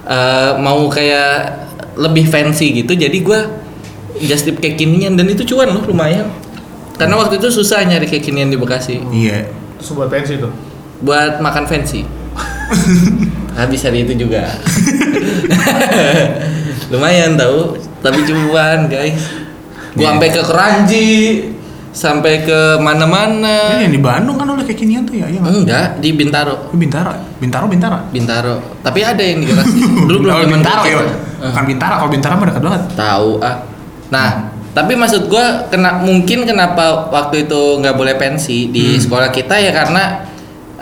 Eh, mau kayak lebih fancy gitu jadi gua just tip kekinian dan itu cuan loh lumayan karena waktu itu susah nyari kekinian di Bekasi
Iya.
Terus buat pensi tuh.
buat makan
<laughs>
fancy habis hari itu juga <laughs> lumayan tahu tapi cuan guys
Iya.
gua sampai ke Keranji sampai ke
Ini
mana-mana
yang di Bandung kan oleh kekinian tuh ya, iya nggak?
enggak di Bintaro
Ini Bintara. Bintaro Bintara.
Bintaro tapi ada yang di
<laughs>
Bekasi dulu belum
Oh,
zaman
Bintaro
Gojek,
ya.
kan? Eh.
Bukan Bintara, kalau Bintara mah dekat banget.
Tahu ah. Nah, tapi maksud gua kena mungkin kenapa waktu itu nggak boleh pensi
Hmm.
di sekolah kita ya karena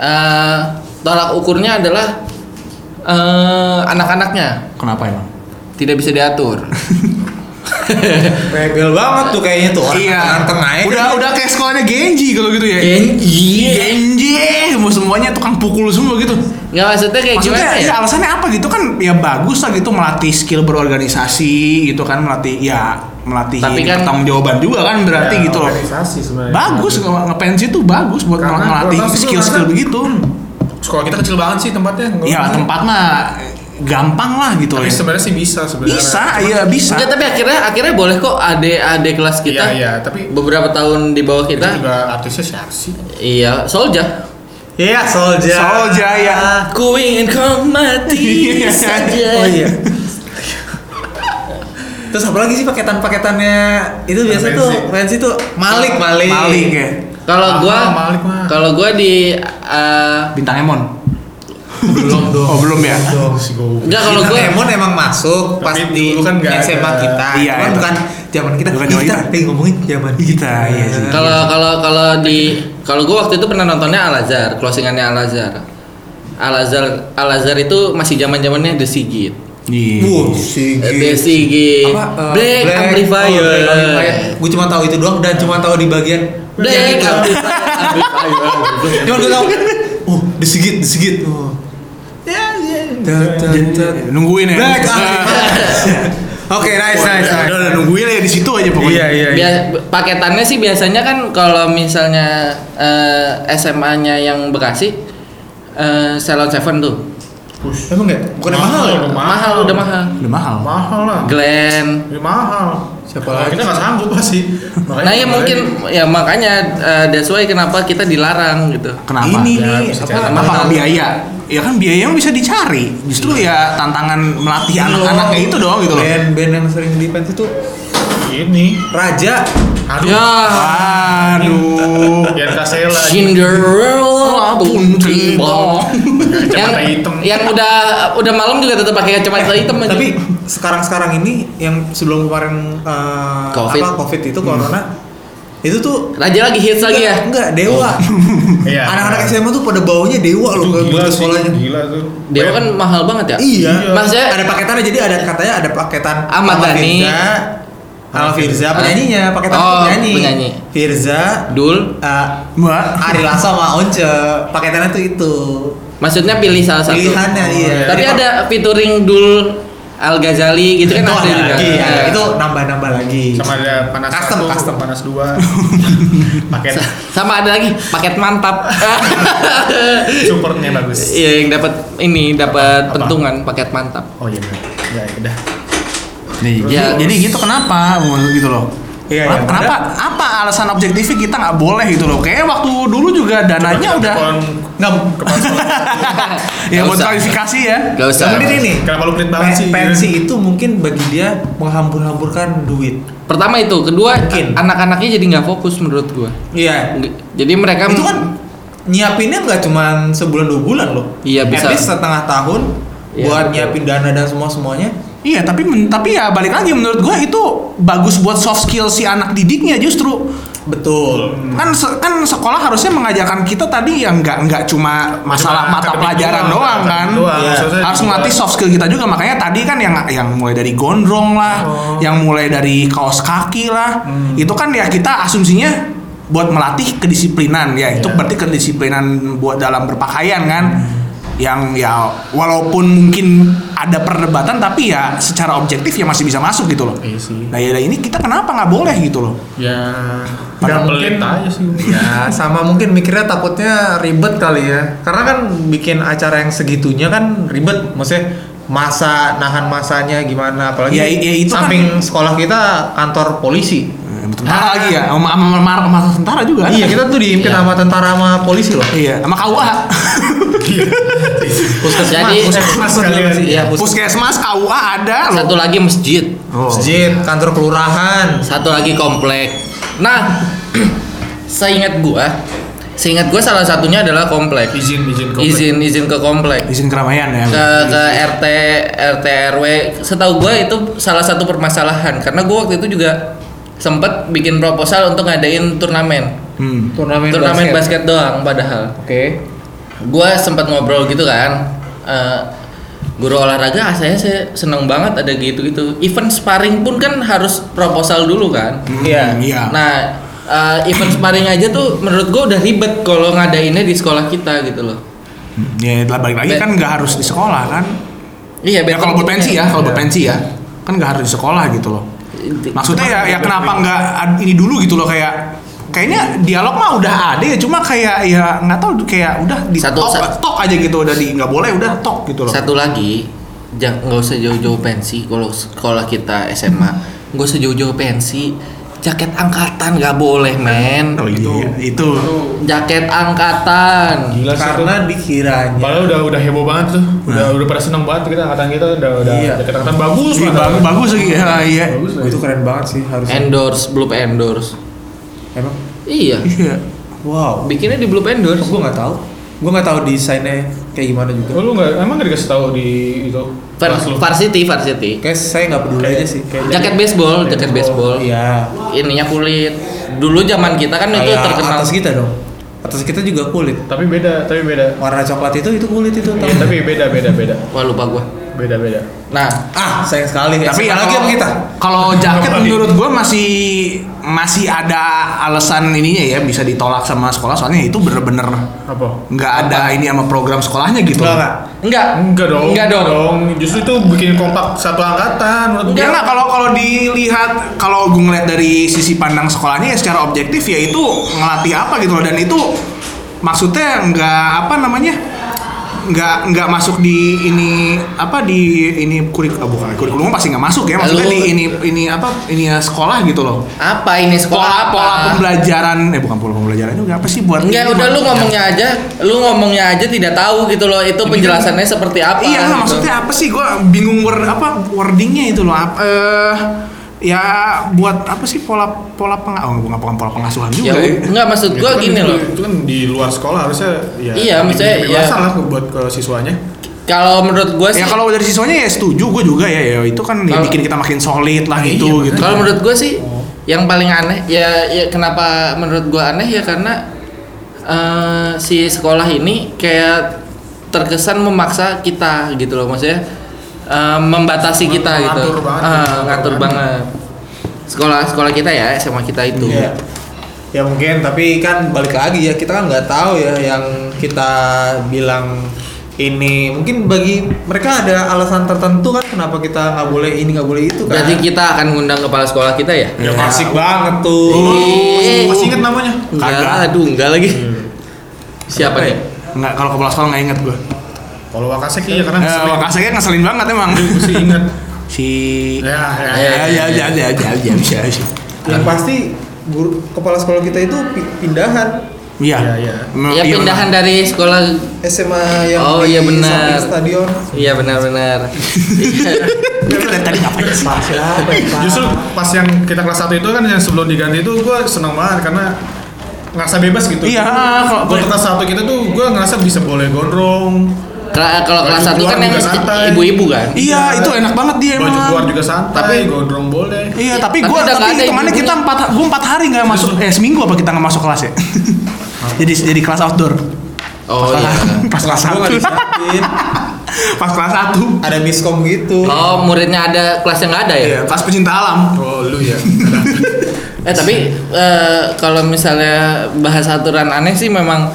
eh, tolak ukurnya adalah eh, anak-anaknya
Kenapa emang?
tidak bisa
<laughs>
diatur.
Rebel banget tuh kayaknya tuh orang anteng aja.
Iya. Udah udah kayak sekolahnya Genji kalau gitu ya.
Iya.
Genji.
Genji, Iya, mau semuanya tukang pukul semua gitu.
Nggak maksudnya kayak
Maksudnya
gimana
ya,
ya?
alasannya apa gitu kan ya bagus lah gitu melatih skill berorganisasi gitu kan melatih ya melatih
Tapi kan-
pertanggung jawaban juga kan berarti
Ya,
gitu loh.
Organisasi sebenarnya.
Bagus nge ngepensi tuh bagus buat
Karena
ngel- ngelatih
gua tau sih, gua kan
skill-skill
ngerasa-
begitu.
Sekolah kita kecil banget sih tempatnya. nggak
Ya
banyak.
tempat mah gampang lah gitu
Tapi
ya.
sebenarnya sih bisa sebenarnya.
Bisa, iya bisa.
Nggak, tapi akhirnya akhirnya boleh kok adik-adik kelas kita.
Iya iya, tapi
Beberapa tahun di bawah
itu
kita.
juga artisnya siapa sih?
Iya, Solja.
Iya, Solja.
Iya,
Solja, ya.
Ku ingin kau
<laughs>
mati saja.
Oh iya. Terus apa lagi sih paketan-paketannya itu biasa tuh fancy
Fancy.
tuh Malik Malik.
Malik ya.
Kalau
Ah,
gua
Malik mah.
kalau gua di eh,
Bintang Emon.
Belum dong.
Oh, belum ya?
Belum si goblok.
Enggak kalau
Nah, Kalau
gue
Emon emang masuk
Tapi
pas di
dulu kan nggak
SMA
ada.
kita.
Iya,
Cuman
iya.
bukan zaman kita.
Bukan zaman
kita.
kita.
Eh, ngomongin zaman
Kita, iya sih.
kalau kalau kalau di kalau gue waktu itu pernah nontonnya Al Azhar, closingannya Al Azhar. Al Azhar Al Azhar itu masih zaman zamannya The Sigit.
Iya.
Wuh, si
Eh,
Gil.
The Sigit.
Apa, eh,
Black, Amplifier.
Gue cuma tahu itu doang dan cuma tahu di bagian
Black Amplifier.
Cuman gue tahu. Uh, disigit, disigit. Uh. Ya, ya.
Nungguin ya.
Black
Nah,
<laughs> Oke, nice, nice,
udah,
nice.
udah, nungguin aja di situ aja pokoknya.
Iya, iya. iya.
Bia- paketannya sih biasanya kan kalau misalnya eh, SMA-nya yang Bekasi eh Salon Seven tuh.
Emang enggak? Bukan
Mahal,
mahal. ya?
dong,
mahal udah mahal.
Udah mahal.
Mahal lah.
Glenn,
Ya, mahal.
Siapa
Nah,
lagi?
Kita nggak sanggup pasti.
<laughs> Oh,
Makanya
iya,
Nah ya
kemarin-
mungkin ya makanya uh, that's why kenapa kita dilarang gitu.
Kenapa?
Ini
Ya,
nih,
bisa
apa?
cari.
Kenapa nggak biaya? Ya kan biaya yang bisa dicari. Justru ya tantangan melatih
Iya.
anak-anaknya itu doang gitu loh.
Band-band yang sering di pensi tuh
ini.
Raja.
Aduh.
Ya.
Ah.
Aduh.
Biar Kasela.
Oh,
Cinderella putri bong.
Kacamata
gitu. yang
hitam.
yang udah udah malam juga tetap pakai kacamata hitam aja.
Iya. Tapi sekarang-sekarang ini yang sebelum kemarin eh,
Covid.
apa Covid itu
Hmm.
corona itu tuh
raja lagi hits lagi ya.
Enggak, dewa.
<laughs> Iya.
Anak-anak SMA tuh pada baunya dewa
Itu
loh ke
gila
baju
sih.
sekolahnya.
Gila tuh.
Dia kan mahal banget ya.
Iya.
Maksudnya-
ada paketannya jadi ada katanya ada paketan
Ahmad Dhani.
Firza, Ahmad Firza
Ah.
penyanyinya, paketan
Oh,
penyanyi.
penyanyi.
Firza,
Dul,
eh,
Mbak.
Ari Lasso sama Once, paketannya tuh itu.
maksudnya pilih salah satu. Oh,
Pilihannya iya.
Tapi
Jadi,
ada featuring Dul Al Ghazali gitu kan
itu
ada
ada
juga.
lagi, ya.
Iya.
itu nambah-nambah lagi.
Sama ada panas
Custom,
satu,
custom.
panas dua.
<laughs>
Paket
Sa- sama ada lagi paket
<laughs>
mantap.
supportnya bagus.
Iya yang dapat ini dapat
Apa?
pentungan paket mantap.
Oh iya bener. Ya udah.
Nih,
Ya,
jadi gitu kenapa Maksud gitu loh.
Iya, iya.
Kenapa- kenapa apa alasan objektifnya kita nggak boleh gitu loh? Kayaknya waktu dulu juga
Nah,
dananya udah
Nggak,
ya
<laughs> Nggak
buat
usah.
klarifikasi ya.
Gak usah.
mungkin ini.
Kenapa lu pelit banget
pe-
sih? iya.
Pensi itu mungkin bagi dia menghambur-hamburkan duit.
Pertama itu, kedua
Mungkin.
anak-anaknya jadi nggak fokus menurut gua.
Iya.
Nggak- Jadi mereka
itu kan nyiapinnya nggak cuma sebulan dua bulan loh
Iya, bisa.
at least setengah tahun
Iya,
buat
betul.
nyiapin dana dan semua semuanya
Iya, tapi men- tapi ya balik lagi menurut gua itu bagus buat soft skill si anak didiknya justru.
Betul.
kan se- kan sekolah harusnya mengajarkan kita tadi yang nggak nggak cuma masalah
Cuma
mata
akademik
pelajaran
doang,
doang kan
akademik doang.
Iya.
Maksudnya
harus
juga-
ngelatih soft skill kita juga makanya tadi kan yang yang mulai dari gondrong lah yang mulai dari kaos kaki lah itu kan ya kita asumsinya buat melatih kedisiplinan ya itu berarti kedisiplinan buat dalam berpakaian kan yang ya walaupun mungkin ada perdebatan tapi ya secara objektif ya masih bisa masuk gitu loh
Iya sih.
nah ya ini kita kenapa nggak boleh gitu loh
Ya,
Padahal
Padahal pelit aja sih.
Ya, sama mungkin mikirnya takutnya ribet kali ya. Karena kan bikin acara yang segitunya kan ribet. Maksudnya masa nahan masanya gimana apalagi
Ya, i- ya itu kan-
samping sekolah kita kantor polisi.
tentara lagi ya sama sama sama- sama- sama tentara juga kan?
Iya, kita tuh diimpin sama tentara sama polisi loh.
iya sama KUA
Puskesmas,
Jadi-
puskesmas
eh, Sekalian.
sih. Iya, puskesmas.
<laughs> ya. puskesmas KUA ada loh
Satu lagi masjid,
Masjid, kantor kelurahan.
satu lagi komplek. Nah, <clears throat> seingat gua, seingat gua salah satunya adalah komplek.
Izin izin komplek.
Izin izin ke komplek.
izin keramaian ya
ke, ke RT RT RW setahu gue itu salah satu permasalahan karena gue waktu itu juga sempet bikin proposal untuk ngadain turnamen
hmm.
Turnamen,
turnamen basket. doang padahal
Oke.
gue sempat ngobrol gitu kan eh, guru olahraga ah, saya saya seneng banget ada gitu gitu event sparring pun kan harus proposal dulu kan
Iya.
Hmm, iya
nah eh, event sparring aja tuh menurut gue udah ribet kalau ngadainnya di sekolah kita gitu loh
Hmm, ya telah balik lagi
Be-
kan nggak harus di sekolah kan
iya
ya
biar
kalau buat pensi ya kalau buat pensi ya kan nggak harus di sekolah gitu loh maksudnya ya, ya kenapa nggak ad- ini dulu gitu loh kayak kayaknya dialog mah udah ada ya cuma kayak ya nggak tahu kayak udah di
Satu-
tok,
satu-
tok aja gitu udah di nggak boleh udah tok gitu loh
Satu lagi, jang- nggak usah jauh-jauh pensi kalau sekolah kita SMA. Nggak usah jauh-jauh pensi. Jaket angkatan nggak boleh, men.
oh, iya, itu
Jaket angkatan.
Gila sih tuh.
Karena dikiranya
Padahal udah udah heboh banget tuh. Udah udah pada seneng banget kita angkatan kita udah udah
Iya.
angkatan bagus
Iya,
banget.
bagus bagus lagi ya iya
Bagus lah.
itu keren banget sih harusnya.
Endorse, blue endorse.
Emang
Iya,
iya
wow.
bikinnya di blue endorse.
gue nggak tahu gue nggak tahu desainnya kayak gimana juga
Oh, lu nggak emang nggak dikasih tahu di itu
Var-
kelas lu?
varsity, varsity.
kayak saya nggak peduli aja sih kayak
Jaket baseball, jaket baseball.
iya
Ininya kulit. Dulu zaman kita kan itu
Kayak
terkenal.
atas gitu. kita dong atas kita juga kulit
Tapi beda, tapi beda.
warna coklat itu itu kulit itu
Iya,
tahu
tapi beda beda beda.
Wah, lupa gua.
Beda beda.
Nah,
ah sayang sekali
tapi ya
lagi
kalau-
sama kita
kalau jaket menurut gue masih masih ada alasan ininya ya bisa ditolak sama sekolah soalnya itu bener-bener
Apa?
nggak ada ini sama program sekolahnya gitu
enggak enggak
enggak.
Enggak dong.
Enggak dong.
Justru itu bikin kompak satu angkatan menurut
Enggak
gua.
enggak kalau kalau dilihat kalau gue ngeliat dari sisi pandang sekolahnya ya secara objektif ya itu ngelatih apa gitu loh dan itu maksudnya nggak apa namanya nggak nggak masuk di ini apa di ini kurik ah, bukan kurikulum pasti nggak masuk ya maksudnya
Lalu-
di ini ini apa ini ya sekolah gitu loh
Apa ini
pola
sekolah apa?
pola pembelajaran eh bukan pola pembelajaran itu apa sih buat
Enggak,
ini,
udah
buat-
lu ngomongnya aja, lu ngomongnya aja tidak tahu gitu loh itu penjelasannya seperti apa.
iya
gitu.
maksudnya apa sih gua bingung word apa wordingnya itu loh apa eh, ya buat apa sih pola pola peng oh, bukan, bukan pola pengasuhan
Ya,
juga ya.
enggak maksud
Itu
gua
kan-
gini
itu-
loh.
Itu kan di luar sekolah harusnya ya.
Iya, maksudnya,
diberi
ya.
kebebasan lah buat ke siswanya.
Kalau menurut gua sih
Ya kalau dari siswanya ya setuju gue juga ya, ya itu kan ya
Kalau- Iya,
bikin kita makin solid lah gitu gitu.
Kalau menurut gue sih yang paling aneh ya ya kenapa menurut gue aneh ya karena eh, si sekolah ini kayak terkesan memaksa kita gitu loh maksudnya eh, membatasi kita gitu.
Mengatur banget.
Eh, ngatur banget. Sekolah sekolah kita ya SMA kita itu.
Iya. ya mungkin tapi kan balik lagi ya kita kan nggak tahu ya yang kita bilang ini mungkin bagi mereka ada alasan tertentu kan kenapa kita nggak boleh ini nggak boleh itu kan
Berarti kita akan ngundang kepala sekolah kita ya?
ya, asik banget tuh
Iya. Ih.
Masih inget namanya?
Enggak,
Kagak.
aduh enggak lagi. Siapa nih?
Nggak kalau kepala sekolah nggak inget gue.
Kalau Wakasek iya karena
Eh,
sering-
Wakasek ngeselin banget
<laughs>
emang.
masih inget.
si
Ya, ya.
Ya,
ya ya ya ya ya ya bisa sih.
Kan.
yang pasti guru kepala sekolah kita itu pi- pindahan
Iya.
Ya, ya.
Me-
Ya
iya,
pindahan dari sekolah.
SMA yang
Oh, iya
di
benar.
samping stadion
Iya benar-benar.
bener. Dari tadi ngapain sih?
siapa ya
Justru pas yang kita kelas 1 itu kan yang sebelum diganti itu gua seneng banget karena ngerasa bebas gitu.
Iya, kalau-
Kalau kelas 1 kita tuh gua ngerasa bisa boleh gondrong,
Kela- Kalau kelas
Baju
satu
keluar
kan yang
juga santai.
ibu-ibu kan.
Iya, itu enak banget dia
Baju
emang.
keluar juga santai, tapi
Tapi-
gondrong boleh.
Iya, tapi
Tapi
gue
udah nggak
tapi
ada
hitungannya
ibu-ibunya.
kita empat gue empat hari nggak masuk eh seminggu apa kita nggak masuk kelas ya? <laughs> jadi jadi kelas outdoor.
Oh iya.
pas kelas
Gua
satu.
nggak disiapin.
<laughs> pas kelas satu.
ada miskom gitu
Oh muridnya ada kelas yang nggak ada ya?
Iya, kelas pecinta alam.
Oh lu ya.
Eh tapi eh, kalau misalnya bahas aturan aneh sih memang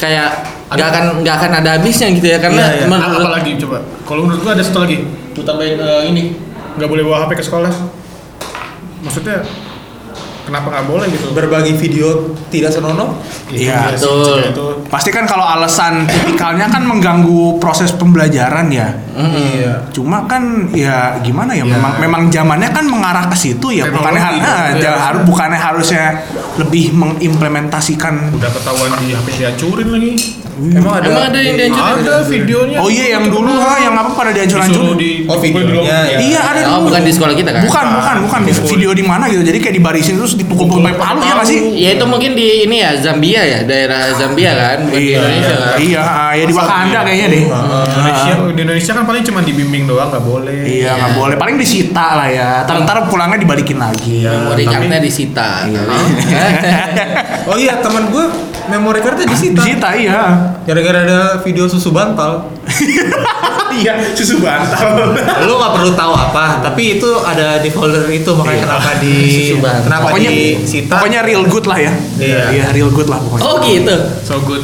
kayak nggak akan nggak akan ada habisnya gitu ya karena
Iya, iya.
Nah,
menurut-
apalagi coba? Kalau menurut gua ada satu lagi. Lu tambahin eh, ini. Nggak boleh bawa HP ke sekolah. Maksudnya kenapa nggak boleh gitu?
berbagi video tidak senonoh
Iya.
sih,
betul.
maksudnya itu.
Pasti kan kalau alasan tipikalnya kan mengganggu proses pembelajaran ya.
iya
Cuma kan ya gimana ya, memang memang zamannya kan mengarah ke situ ya,
Teknologi
bukannya har-
dong,
nah,
iya.
ja- har- bukannya harusnya lebih mengimplementasikan
Udah ketahuan di HP dihancurin lagi.
emang ada
Hmm. Emang ada yang dihancurin?
Ada videonya.
Eh, Oh iya yang dulu ha yang apa
Disuruh
pada dihancur-hancurin.
di
Oh,
dikumpulin di
videonya,
locker.
iya.
Iya ada
Oh
dulu.
bukan di sekolah kita kan?
Bukan, bukan, bukan.
Dipukul.
Video di mana gitu. Jadi kayak dibarisin terus dipukul-pukul pakai palu ya nggak sih?
Ya itu mungkin di ini ya Zambia ya daerah Zambia kan bukan di
Iya,
Indonesia kan?
iya, ah, ya di Wakanda kayaknya deh.
Indonesia, di Indonesia kan paling cuma dibimbing doang nggak boleh.
Iya, nggak boleh. Paling disita lah ya. Ntar-ntar pulangnya dibalikin lagi.
Memori
tapi-
cardnya disita. kan?
oh iya teman gue memori cardnya disita
Disita, iya.
gara-gara ada video susu bantal
Iya, susu bantal.
lu nggak perlu tahu apa tapi itu ada di folder itu makanya kenapa di
Iya. Susu bantal.
kenapa
Pokoknya,
disita
pokoknya real good lah ya.
Iya.
Iya, real good lah pokoknya.
Oh gitu.
So good.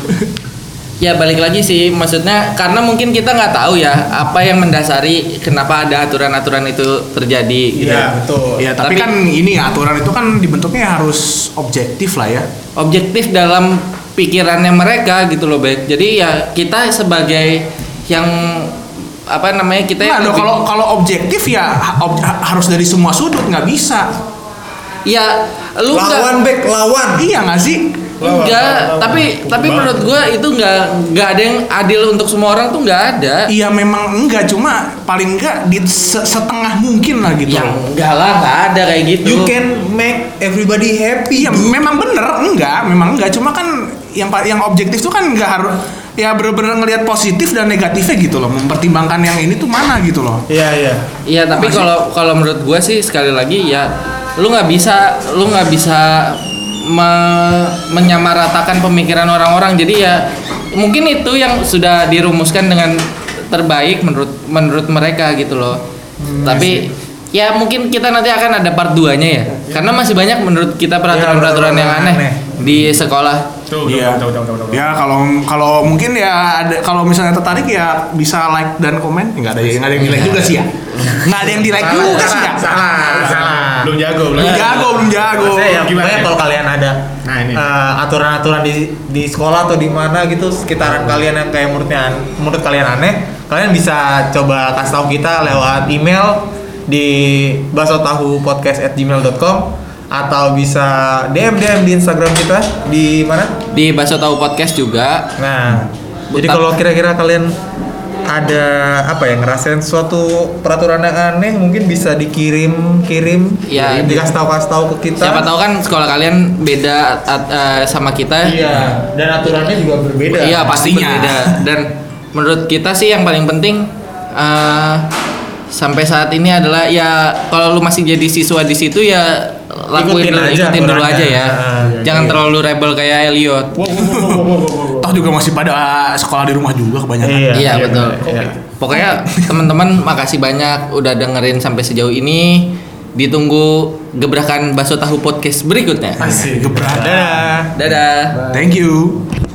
Ya balik lagi sih, maksudnya karena mungkin kita nggak tahu ya apa yang mendasari kenapa ada aturan-aturan itu terjadi. Gitu.
Ya.
iya betul
Iya, tapi,
Tapi-
kan ini aturan itu kan dibentuknya harus objektif lah ya.
Objektif dalam pikirannya mereka gitu loh, baik. Jadi ya kita sebagai yang apa namanya kita
Nah,
yang
dong,
lebih-
kalau kalau objektif ya ha- ob- ha- harus dari semua sudut nggak bisa.
ya lu nggak
lawan back lawan
Iya nggak sih?
Lawan,
nggak,
lawan, lawan.
tapi
Hukum
tapi
banget.
menurut gua itu nggak nggak ada yang adil untuk semua orang tuh nggak ada.
Iya memang enggak cuma paling enggak di se- setengah mungkin lah gitu.
Yang
loh.
enggak lah, Ya, nggak ada kayak gitu.
you can make everybody happy
Iya memang bener enggak, memang enggak cuma kan yang pa- yang objektif tuh kan enggak harus ya bener-bener ngelihat positif dan negatifnya gitu loh, mempertimbangkan yang ini tuh mana gitu loh.
iya iya
Iya tapi
Masih-
kalau kalau menurut gue sih sekali lagi ya lu nggak bisa lu nggak bisa me- menyamaratakan pemikiran orang-orang jadi ya mungkin itu yang sudah dirumuskan dengan terbaik menurut menurut mereka gitu loh tapi ya mungkin kita nanti akan ada part 2 nya ya karena masih banyak menurut kita Iya, peraturan-peraturan yang aneh,
aneh.
di sekolah
Tuh,
Iya.
udah, udah, udah, udah, udah.
Ya kalau kalau mungkin ya ada kalau misalnya tertarik ya bisa like dan komen. Enggak ada enggak ada yang di like juga sih ya. Enggak ada yang di like juga sih ya.
salah salah
Belum jago, belum
Belum jago, belum jago.
Saya ya,
Gimana
pokoknya
ya?
kalau kalian ada
Nah, ini.
eh, aturan-aturan di di sekolah atau di mana gitu sekitaran kalian yang kayak menurutnya menurut kalian aneh, kalian bisa coba kasih tahu kita lewat email di basotahupodcast@gmail.com atau bisa DM DM di Instagram kita di mana?
di Baso Tahu Podcast juga
Nah, jadi
Bentar.
kalau kira-kira kalian ada apa ya ngerasain suatu peraturan yang aneh mungkin bisa dikirim kirim
Ya,
kirim, dikasih tahu kasih tahu ke kita
siapa tahu kan sekolah kalian beda at- eh, sama kita
Iya, dan aturannya juga berbeda.
Iya pasti
Pastinya.
berbeda. Dan menurut kita sih yang paling penting eh, sampai saat ini adalah ya kalau lu masih jadi siswa di situ ya lakuin
Ikutin
dulu,
aja
ikutin dulu
aturannya.
aja ya.
Ah, iya,
Jangan terlalu rebel kayak Elliot.
Wow, wow, wow, wow, <laughs> wow, wow, wow.
Toh juga masih pada sekolah di rumah juga kebanyakan.
Iya, betul.
Iya.
Pokoknya teman-teman makasih banyak udah dengerin sampai sejauh ini. Ditunggu gebrakan bakso tahu podcast berikutnya.
Asik.
Gebrakan.
Dadah.
Dadah.
Thank you.